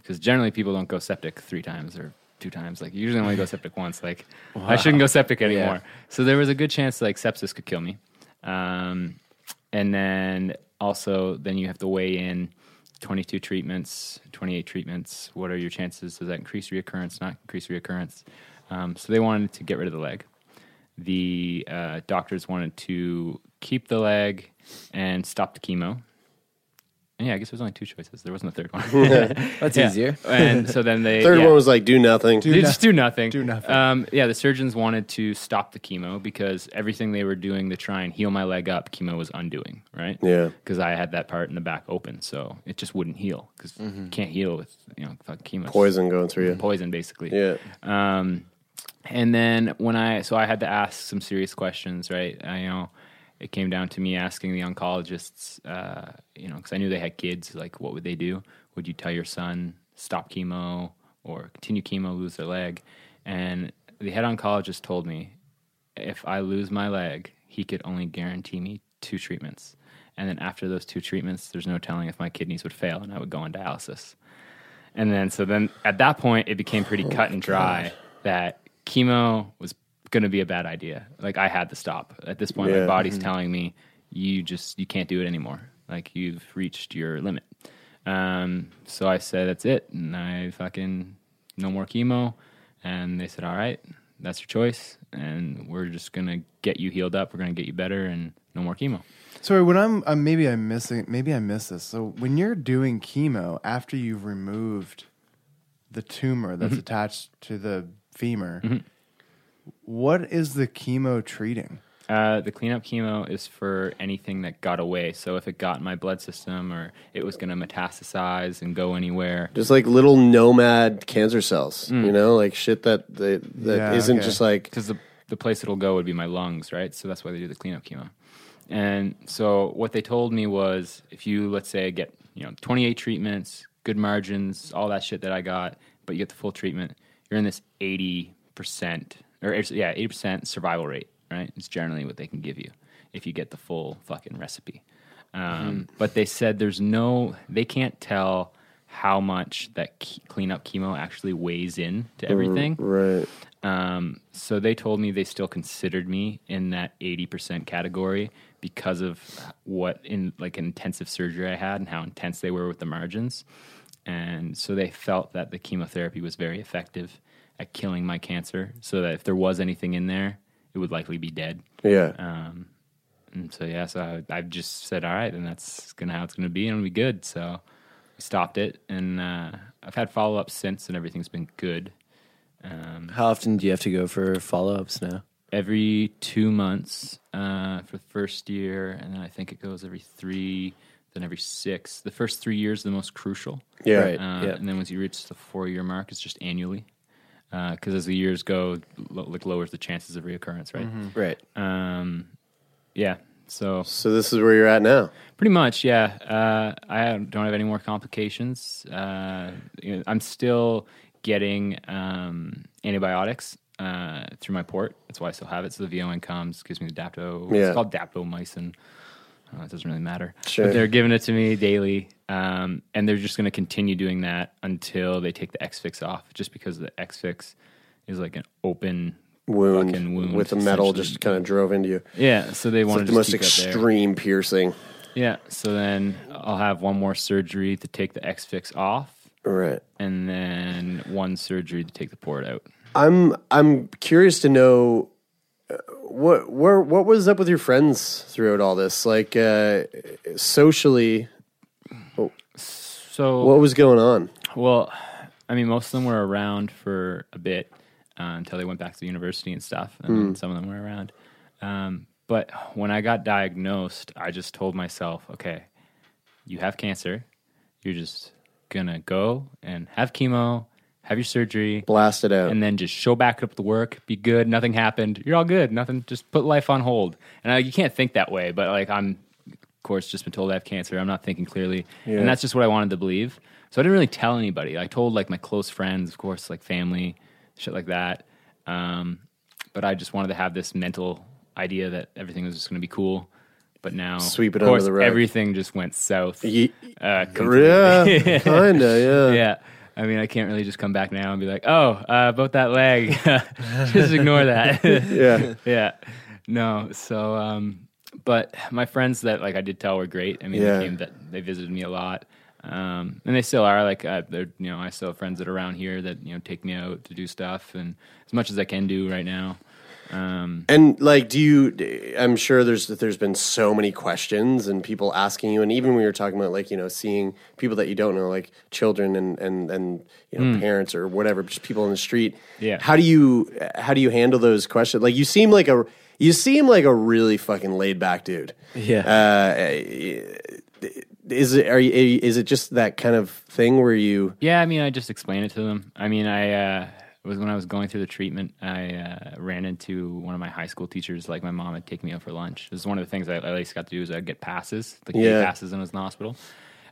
Speaker 3: Because generally, people don't go septic three times or two times. Like, you usually only go septic once. Like, I shouldn't go
Speaker 12: Wow.
Speaker 3: septic
Speaker 12: Yeah.
Speaker 3: anymore. So there was a good chance like sepsis could kill me. Um, and then also, then you have to weigh in 22 treatments, 28 treatments. What are your chances? Does that increase reoccurrence, not increase reoccurrence? Um, so they wanted to get rid of the leg. The uh, doctors wanted to keep the leg and stop the chemo. And yeah, I guess there was only two choices. There wasn't a
Speaker 5: (laughs)
Speaker 3: third one.
Speaker 10: That's
Speaker 3: (laughs) Yeah.
Speaker 10: easier.
Speaker 3: And so then they
Speaker 5: Third
Speaker 3: yeah.
Speaker 5: one was like do nothing.
Speaker 3: They just do nothing.
Speaker 5: Do nothing.
Speaker 3: Um, yeah, the surgeons wanted to stop the chemo because everything they were doing to try and heal my leg up, chemo was undoing, right?
Speaker 5: Yeah.
Speaker 3: Because I had that part in the back open, so it just wouldn't heal because you can't heal with you know fuck chemo.
Speaker 5: Mm-hmm. Poison going through you.
Speaker 3: Poison, basically. Yeah. Um, and then when I so I had to ask some serious questions, right? I you know. It came down to me asking the oncologists, uh, you know, because I knew they had kids. Like, what would they do? Would you tell your son stop chemo or continue chemo, lose their leg? And the head oncologist told me if I lose my leg, he could only guarantee me two treatments. And then after those two treatments, there's no telling if my kidneys would fail and I would go on dialysis. And then, so then at that point, it became pretty cut and dry that chemo was going to be a bad idea. Like I had to stop. At this point,
Speaker 12: Yeah.
Speaker 3: my body's
Speaker 12: Mhm.
Speaker 3: telling me, you just, you can't do it anymore. Like you've reached your limit. Um, so I said, that's it. And I fucking, no more chemo. And they said, all right, that's your choice. And we're just going to get you healed up. We're going to get you better and no more chemo.
Speaker 4: Sorry, when I'm uh, maybe I'm missing maybe I miss this. So when you're doing chemo after you've removed the tumor that's
Speaker 3: Mhm.
Speaker 4: attached to the femur,
Speaker 3: Mm-hmm.
Speaker 4: what is the chemo treating?
Speaker 3: Uh, the cleanup chemo is for anything that got away. So if it got in my blood system or it was going to metastasize and go anywhere,
Speaker 5: Just like little nomad cancer cells, you know, like shit that they, that
Speaker 3: Yeah,
Speaker 5: not
Speaker 3: okay.
Speaker 5: just like
Speaker 3: because the the place it'll go would be my lungs, right? So that's why they do the cleanup chemo. And so what they told me was if you let's say get, you know, 28 treatments, good margins, all that shit that I got, but you get the full treatment, you're in this 80% or it's- yeah, 80% survival rate, right? It's generally what they can give you if you get the full fucking recipe. Um, But they said there's no, they can't tell how much that ke- cleanup chemo actually weighs in to everything.
Speaker 7: Right.
Speaker 3: Um, so they told me they still considered me in that 80% category because of what in like intensive surgery I had and how intense they were with the margins. And so they felt that the chemotherapy was very effective at killing my cancer so that if there was anything in there, it would likely be dead.
Speaker 5: Yeah.
Speaker 3: Um, and so, yeah, so I, I've just said, all right, then that's going to how it's going to be and it'll be good. So we stopped it. And uh, I've had follow ups since and everything's been good. Um,
Speaker 7: How often do you have to go for follow ups now?
Speaker 3: Every two months uh, for the first year, and then I think it goes every three, then every six. The first three years are the most crucial.
Speaker 7: Yeah. Right,
Speaker 3: Uh,
Speaker 7: yeah.
Speaker 3: And then once you reach the four year mark, it's just annually. Because as the years go, lo- like lowers the chances of reoccurrence, right?
Speaker 7: Mhm. Right.
Speaker 3: Um, yeah. So.
Speaker 5: So this is where you're at now.
Speaker 3: Pretty much, yeah. Uh, I don't have any more complications. Uh, you know, I'm still getting um, antibiotics uh, through my port. That's why I still have it. So the VON comes, gives me the Dapto.
Speaker 5: Yeah.
Speaker 3: It's called Daptomycin. Uh, it doesn't really matter.
Speaker 5: Sure.
Speaker 3: But they're giving it to me daily, um, and they're just going to continue doing that until they take the X-Fix off, just because the X-Fix is like an open
Speaker 5: Wound,
Speaker 3: fucking wound
Speaker 5: with a metal
Speaker 3: essentially.
Speaker 5: just kind of drove into you.
Speaker 3: Yeah, so they
Speaker 5: It's
Speaker 3: wanna
Speaker 5: like the most
Speaker 3: just keep that there.
Speaker 5: extreme piercing.
Speaker 3: Yeah. So then I'll have one more surgery to take the X fix off.
Speaker 5: Right.
Speaker 3: And then one surgery to take the port out.
Speaker 5: I'm I'm curious to know uh, what where what was up with your friends throughout all this? Like uh, socially, oh,
Speaker 3: So
Speaker 5: what was going on?
Speaker 3: Well, I mean, most of them were around for a bit uh, until they went back to university and stuff, and then
Speaker 9: Mm.
Speaker 3: some of them were around. Um, but when I got diagnosed, I just told myself, okay, you have cancer. You're just gonna go and have chemo, have your surgery,
Speaker 5: blast it out,
Speaker 3: and then just show back up to work. Be good. Nothing happened. You're all good. Nothing. Just put life on hold. And I, you can't think that way. But like I'm, of course, just been told I have cancer. I'm not thinking clearly,
Speaker 9: Yeah.
Speaker 3: and that's just what I wanted to believe. So I didn't really tell anybody. I told like my close friends, of course, like family, shit like that. Um, but I just wanted to have this mental idea that everything was just going to be cool. But now,
Speaker 5: Sweep it
Speaker 3: of
Speaker 5: under
Speaker 3: course,
Speaker 5: the rug.
Speaker 3: Everything just went south. uh,
Speaker 5: Yeah,
Speaker 3: (laughs) completely.
Speaker 5: kinda, yeah.
Speaker 3: yeah. I mean, I can't really just come back now and be like, "Oh, uh, about that leg," (laughs) just ignore that. (laughs)
Speaker 5: (laughs) Yeah.
Speaker 3: yeah, no. So, um, but my friends that like I did tell were great. I mean,
Speaker 5: Yeah.
Speaker 3: they came that they visited me a lot, um, and they still are. Like, uh, they're you know, I still have friends that are around here that you know take me out to do stuff, and as much as I can do right now. Um,
Speaker 5: And like, do you? I'm sure there's there's been so many questions and people asking you, and even when you're talking about like you know seeing people that you don't know, like children and and and you know
Speaker 3: Mm.
Speaker 5: parents or whatever, just people in the street.
Speaker 3: Yeah.
Speaker 5: How do you how do you handle those questions? Like you seem like a you seem like a really fucking laid back dude. Yeah. Uh, is it are you, is it just that kind of thing where you
Speaker 3: Yeah, I mean, I just explained it to them. I mean, I uh, was when I was going through the treatment, I uh, ran into one of my high school teachers. Like my mom had taken me out for lunch. This is one of the things I at least got to do is I'd get passes, like day
Speaker 9: Yeah.
Speaker 3: passes, when I was in the hospital.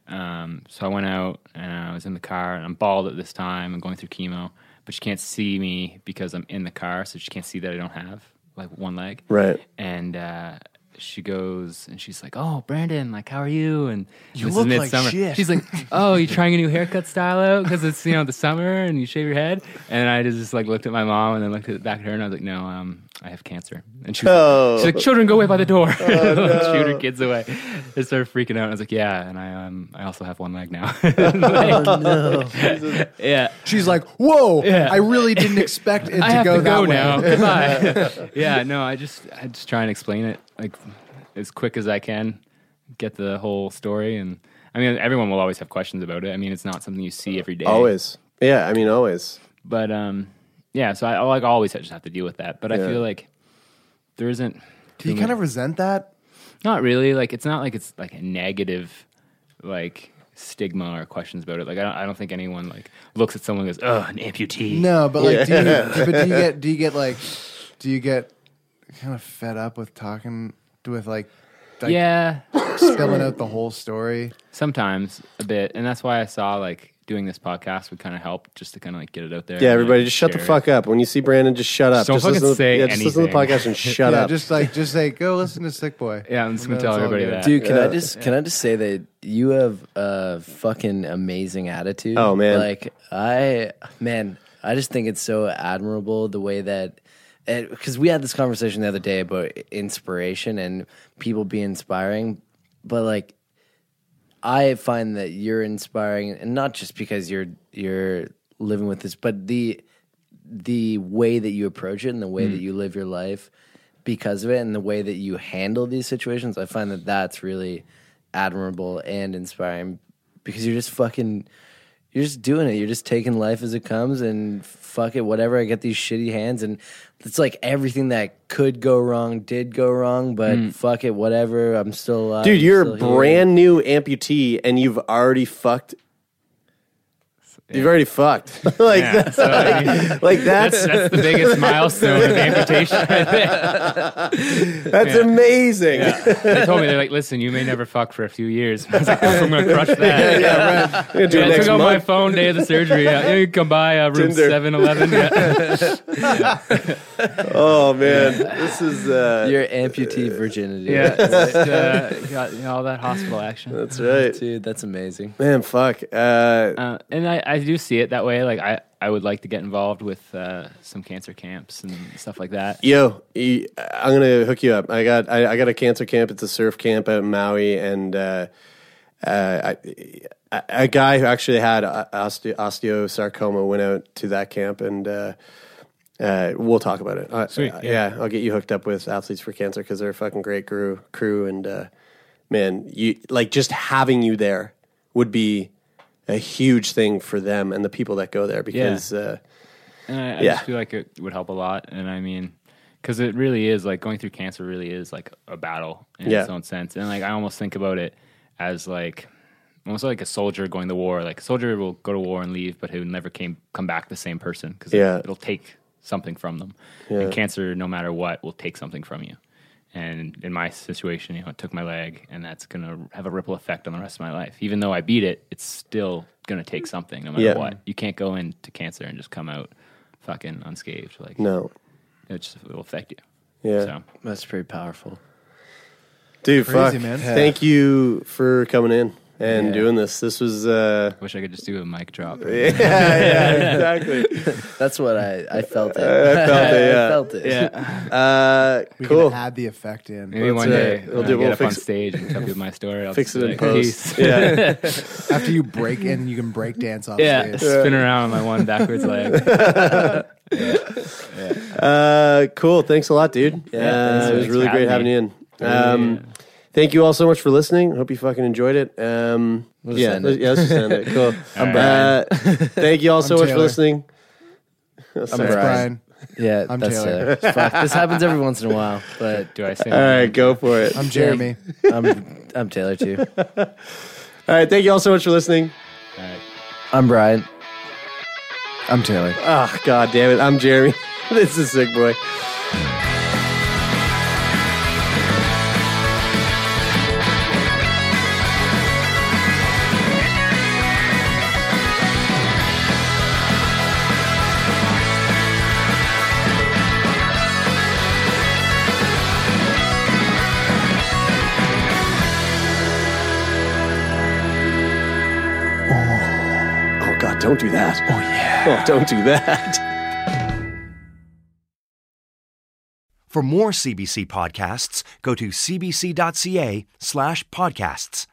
Speaker 3: Um, so I went out and I was in the car and I'm bald at this time. I'm going through chemo, but she can't see me because I'm in the car, so she can't see that I don't have like one leg.
Speaker 5: Right.
Speaker 3: And uh, she goes and she's like, "Oh, Brandon, like how are you?" And
Speaker 9: You
Speaker 3: this
Speaker 9: look
Speaker 3: is
Speaker 9: like
Speaker 3: midsummer.
Speaker 9: shit.
Speaker 3: She's like, "Oh, you trying a new haircut style out because it's you know the summer and you shave your head." And I just, like looked at my mom and then looked at, back at her and I was like, "No, um, I have cancer." And she was
Speaker 9: Oh.
Speaker 3: like, she's like, "Children, go away by the door."
Speaker 9: Oh,
Speaker 3: (laughs) Like, Shoot
Speaker 9: no.
Speaker 3: her kids away. They started freaking out. And I was like, "Yeah," and I um I also have one leg now. (laughs)
Speaker 8: Oh, no. Jesus.
Speaker 3: Yeah.
Speaker 8: She's like, "Whoa!
Speaker 3: Yeah.
Speaker 8: I really
Speaker 3: (laughs)
Speaker 8: didn't expect it to
Speaker 3: I have
Speaker 8: go
Speaker 3: to
Speaker 8: that
Speaker 3: go
Speaker 8: way."
Speaker 3: (laughs) now. Goodbye. (laughs) yeah, no, I just I just try and explain it like as quick as I can, get the whole story, and I mean everyone will always have questions about it. I mean it's not something you see every day.
Speaker 5: always? Yeah, I mean always.
Speaker 3: But um, yeah. So I I, like always I just have to deal with that. But I
Speaker 8: Yeah.
Speaker 3: feel like there isn't.
Speaker 8: Do you kind
Speaker 3: too much-
Speaker 8: of resent that?
Speaker 3: not really. Like it's not like it's like a negative, like stigma or questions about it. Like I don't, I don't think anyone like looks at someone and goes, "Oh, an
Speaker 7: (laughs)
Speaker 3: amputee."
Speaker 8: No, but like, do, you, but do you get do you get like do you get kind of fed up with talking with like, like
Speaker 3: Yeah.
Speaker 8: spilling out the whole story?
Speaker 3: Sometimes a bit, and that's why I saw like doing this podcast would kind of help just to kind of like get it out there.
Speaker 5: Yeah,
Speaker 3: and,
Speaker 5: everybody,
Speaker 3: like,
Speaker 5: just shut the
Speaker 3: share it.
Speaker 5: fuck up. When you see Brandon, just shut up.
Speaker 3: Just don't
Speaker 5: just
Speaker 3: fucking
Speaker 5: listen to the-
Speaker 3: say
Speaker 5: yeah, just listen to the
Speaker 3: anything. (laughs)
Speaker 5: podcast and shut
Speaker 8: yeah,
Speaker 5: up.
Speaker 8: just like just say go listen to Sick Boy.
Speaker 3: Yeah, I'm just
Speaker 8: And then
Speaker 3: gonna tell
Speaker 8: it's all
Speaker 3: everybody
Speaker 8: good.
Speaker 3: that.
Speaker 7: Dude, can I
Speaker 3: Yeah.
Speaker 7: just can I just say that you have a fucking amazing attitude?
Speaker 5: Oh, man.
Speaker 7: like I man, I just think it's so admirable the way that because we had this conversation the other day about inspiration and people be inspiring, but like I find that you're inspiring, and not just because you're you're living with this, but the the way that you approach it and the way
Speaker 3: Mm.
Speaker 7: that you live your life because of it and the way that you handle these situations i find that that's really admirable and inspiring because you're just fucking you're just doing it you're just taking life as it comes and fuck it whatever i get these shitty hands and it's like everything that could go wrong did go wrong but
Speaker 5: Mm.
Speaker 7: fuck it whatever i'm still alive
Speaker 5: Dude,
Speaker 7: I'm
Speaker 5: you're
Speaker 7: still
Speaker 5: a
Speaker 7: here.
Speaker 5: brand new amputee and you've already fucked. You've already fucked. (laughs) like,
Speaker 3: Yeah,
Speaker 5: that's,
Speaker 3: so,
Speaker 5: (laughs) like, that's,
Speaker 3: yeah. That's- that's the biggest milestone of amputation,
Speaker 5: (laughs)
Speaker 3: right there.
Speaker 5: That's
Speaker 3: Yeah.
Speaker 5: amazing.
Speaker 3: Yeah.
Speaker 5: (laughs)
Speaker 3: (laughs) They told me they're like, listen, you may never fuck for a few years. I was like, I'm gonna crush that.
Speaker 5: Yeah, yeah, right. We're gonna do it
Speaker 3: I
Speaker 5: next
Speaker 3: took out my
Speaker 5: month.
Speaker 3: phone day of the surgery. Yeah, you can come by uh, room
Speaker 5: Tinder.
Speaker 3: seven eleven.
Speaker 5: (laughs) oh man, this is
Speaker 3: (laughs)
Speaker 5: uh,
Speaker 7: your amputee virginity
Speaker 3: Yeah, it's, uh, got, you know, all that hospital action.
Speaker 5: That's right,
Speaker 7: dude. That's amazing.
Speaker 5: Man, fuck. Uh,
Speaker 3: uh, and I, I do see it that way. Like I, I would like to get involved with uh, some cancer camps and stuff like that.
Speaker 5: Yo, e- I'm gonna hook you up. I got I, I got a cancer camp. It's a surf camp out in Maui, and uh, uh, I, a- a guy who actually had o- osteo- osteosarcoma went out to that camp, and uh, uh, we'll talk about it. Uh,
Speaker 9: Sweet,
Speaker 5: uh, yeah.
Speaker 9: yeah.
Speaker 5: I'll get you hooked up with Athletes for Cancer because they're a fucking great crew. Crew and uh, man, you like just having you there would be a huge thing for them and the people that go there because. Uh,
Speaker 3: And I, I
Speaker 5: Yeah.
Speaker 3: just feel like it would help a lot. And I mean, because it really is like going through cancer really is like a battle in
Speaker 5: Yeah.
Speaker 3: its own sense. And like I almost think about it as like almost like a soldier going to war. Like a soldier will go to war and leave, but who never came come back the same person because
Speaker 5: Yeah.
Speaker 3: it, will take something from them.
Speaker 5: Yeah.
Speaker 3: And cancer, no matter what, will take something from you. And in my situation, you know, it took my leg, and that's gonna have a ripple effect on the rest of my life. Even though I beat it, it's still gonna take something, no matter
Speaker 5: Yeah.
Speaker 3: what. You can't go into cancer and just come out fucking unscathed. Like
Speaker 5: No.
Speaker 3: it just will affect you.
Speaker 5: Yeah.
Speaker 3: so.
Speaker 7: that's pretty powerful.
Speaker 5: Dude,
Speaker 7: Crazy,
Speaker 5: fuck.
Speaker 7: man. Yeah.
Speaker 5: (laughs) Thank you for coming in and
Speaker 3: Yeah.
Speaker 5: doing this. This was. Uh,
Speaker 3: Wish I could just do a mic drop.
Speaker 5: (laughs)
Speaker 3: (laughs)
Speaker 5: Yeah, yeah, exactly.
Speaker 7: That's what I I felt it.
Speaker 8: (laughs)
Speaker 5: I felt it. Yeah.
Speaker 7: I felt it.
Speaker 5: (laughs) Uh,
Speaker 8: We
Speaker 5: cool.
Speaker 8: can add the effect in.
Speaker 3: Maybe
Speaker 5: That's
Speaker 3: one day
Speaker 5: right.
Speaker 3: when
Speaker 5: We'll
Speaker 3: I
Speaker 5: do-
Speaker 3: get
Speaker 5: we'll
Speaker 3: up on
Speaker 5: fix-
Speaker 3: stage and tell people my story. I'll
Speaker 5: Fix
Speaker 3: just
Speaker 5: it
Speaker 3: be
Speaker 5: in
Speaker 3: like,
Speaker 5: post.
Speaker 3: (laughs) "Peace."
Speaker 5: (laughs) Yeah.
Speaker 8: After
Speaker 3: (laughs)
Speaker 8: you break in, you can break dance off.
Speaker 3: Yeah,
Speaker 8: stage.
Speaker 3: spin around on my one backwards leg.
Speaker 5: Uh, cool. Thanks a lot, dude.
Speaker 3: Yeah,
Speaker 5: uh,
Speaker 3: thanks
Speaker 5: it was
Speaker 3: for
Speaker 5: really great having
Speaker 3: having
Speaker 5: you
Speaker 3: me. Oh,
Speaker 5: in. (laughs)
Speaker 3: Yeah.
Speaker 5: Um, Thank you all so much for listening. Hope you fucking enjoyed it. Um,
Speaker 7: We'll
Speaker 5: yeah,
Speaker 7: send
Speaker 5: let's-
Speaker 7: it.
Speaker 5: yeah, let's just send it. Cool.
Speaker 7: I'm
Speaker 5: Uh,
Speaker 7: Brian.
Speaker 5: (laughs) thank you all so
Speaker 7: I'm
Speaker 5: much for
Speaker 7: Taylor.
Speaker 5: listening. Sorry.
Speaker 7: Yeah,
Speaker 5: I'm
Speaker 7: that's
Speaker 5: Taylor.
Speaker 7: it. Fuck, this happens every once in a while, but
Speaker 3: do I say?
Speaker 5: All right, go for it.
Speaker 7: I'm
Speaker 8: Jeremy.
Speaker 7: I'm I'm Taylor too.
Speaker 5: All right, thank you all so much for listening.
Speaker 7: I'm Brian.
Speaker 8: I'm Taylor.
Speaker 5: Oh, god damn it. I'm Jeremy. (laughs) this is Sick Boy. Oh, God, don't do that. Oh, yeah. Oh, (laughs) don't do that.
Speaker 6: For more CBC podcasts, go to cbc.ca slash podcasts.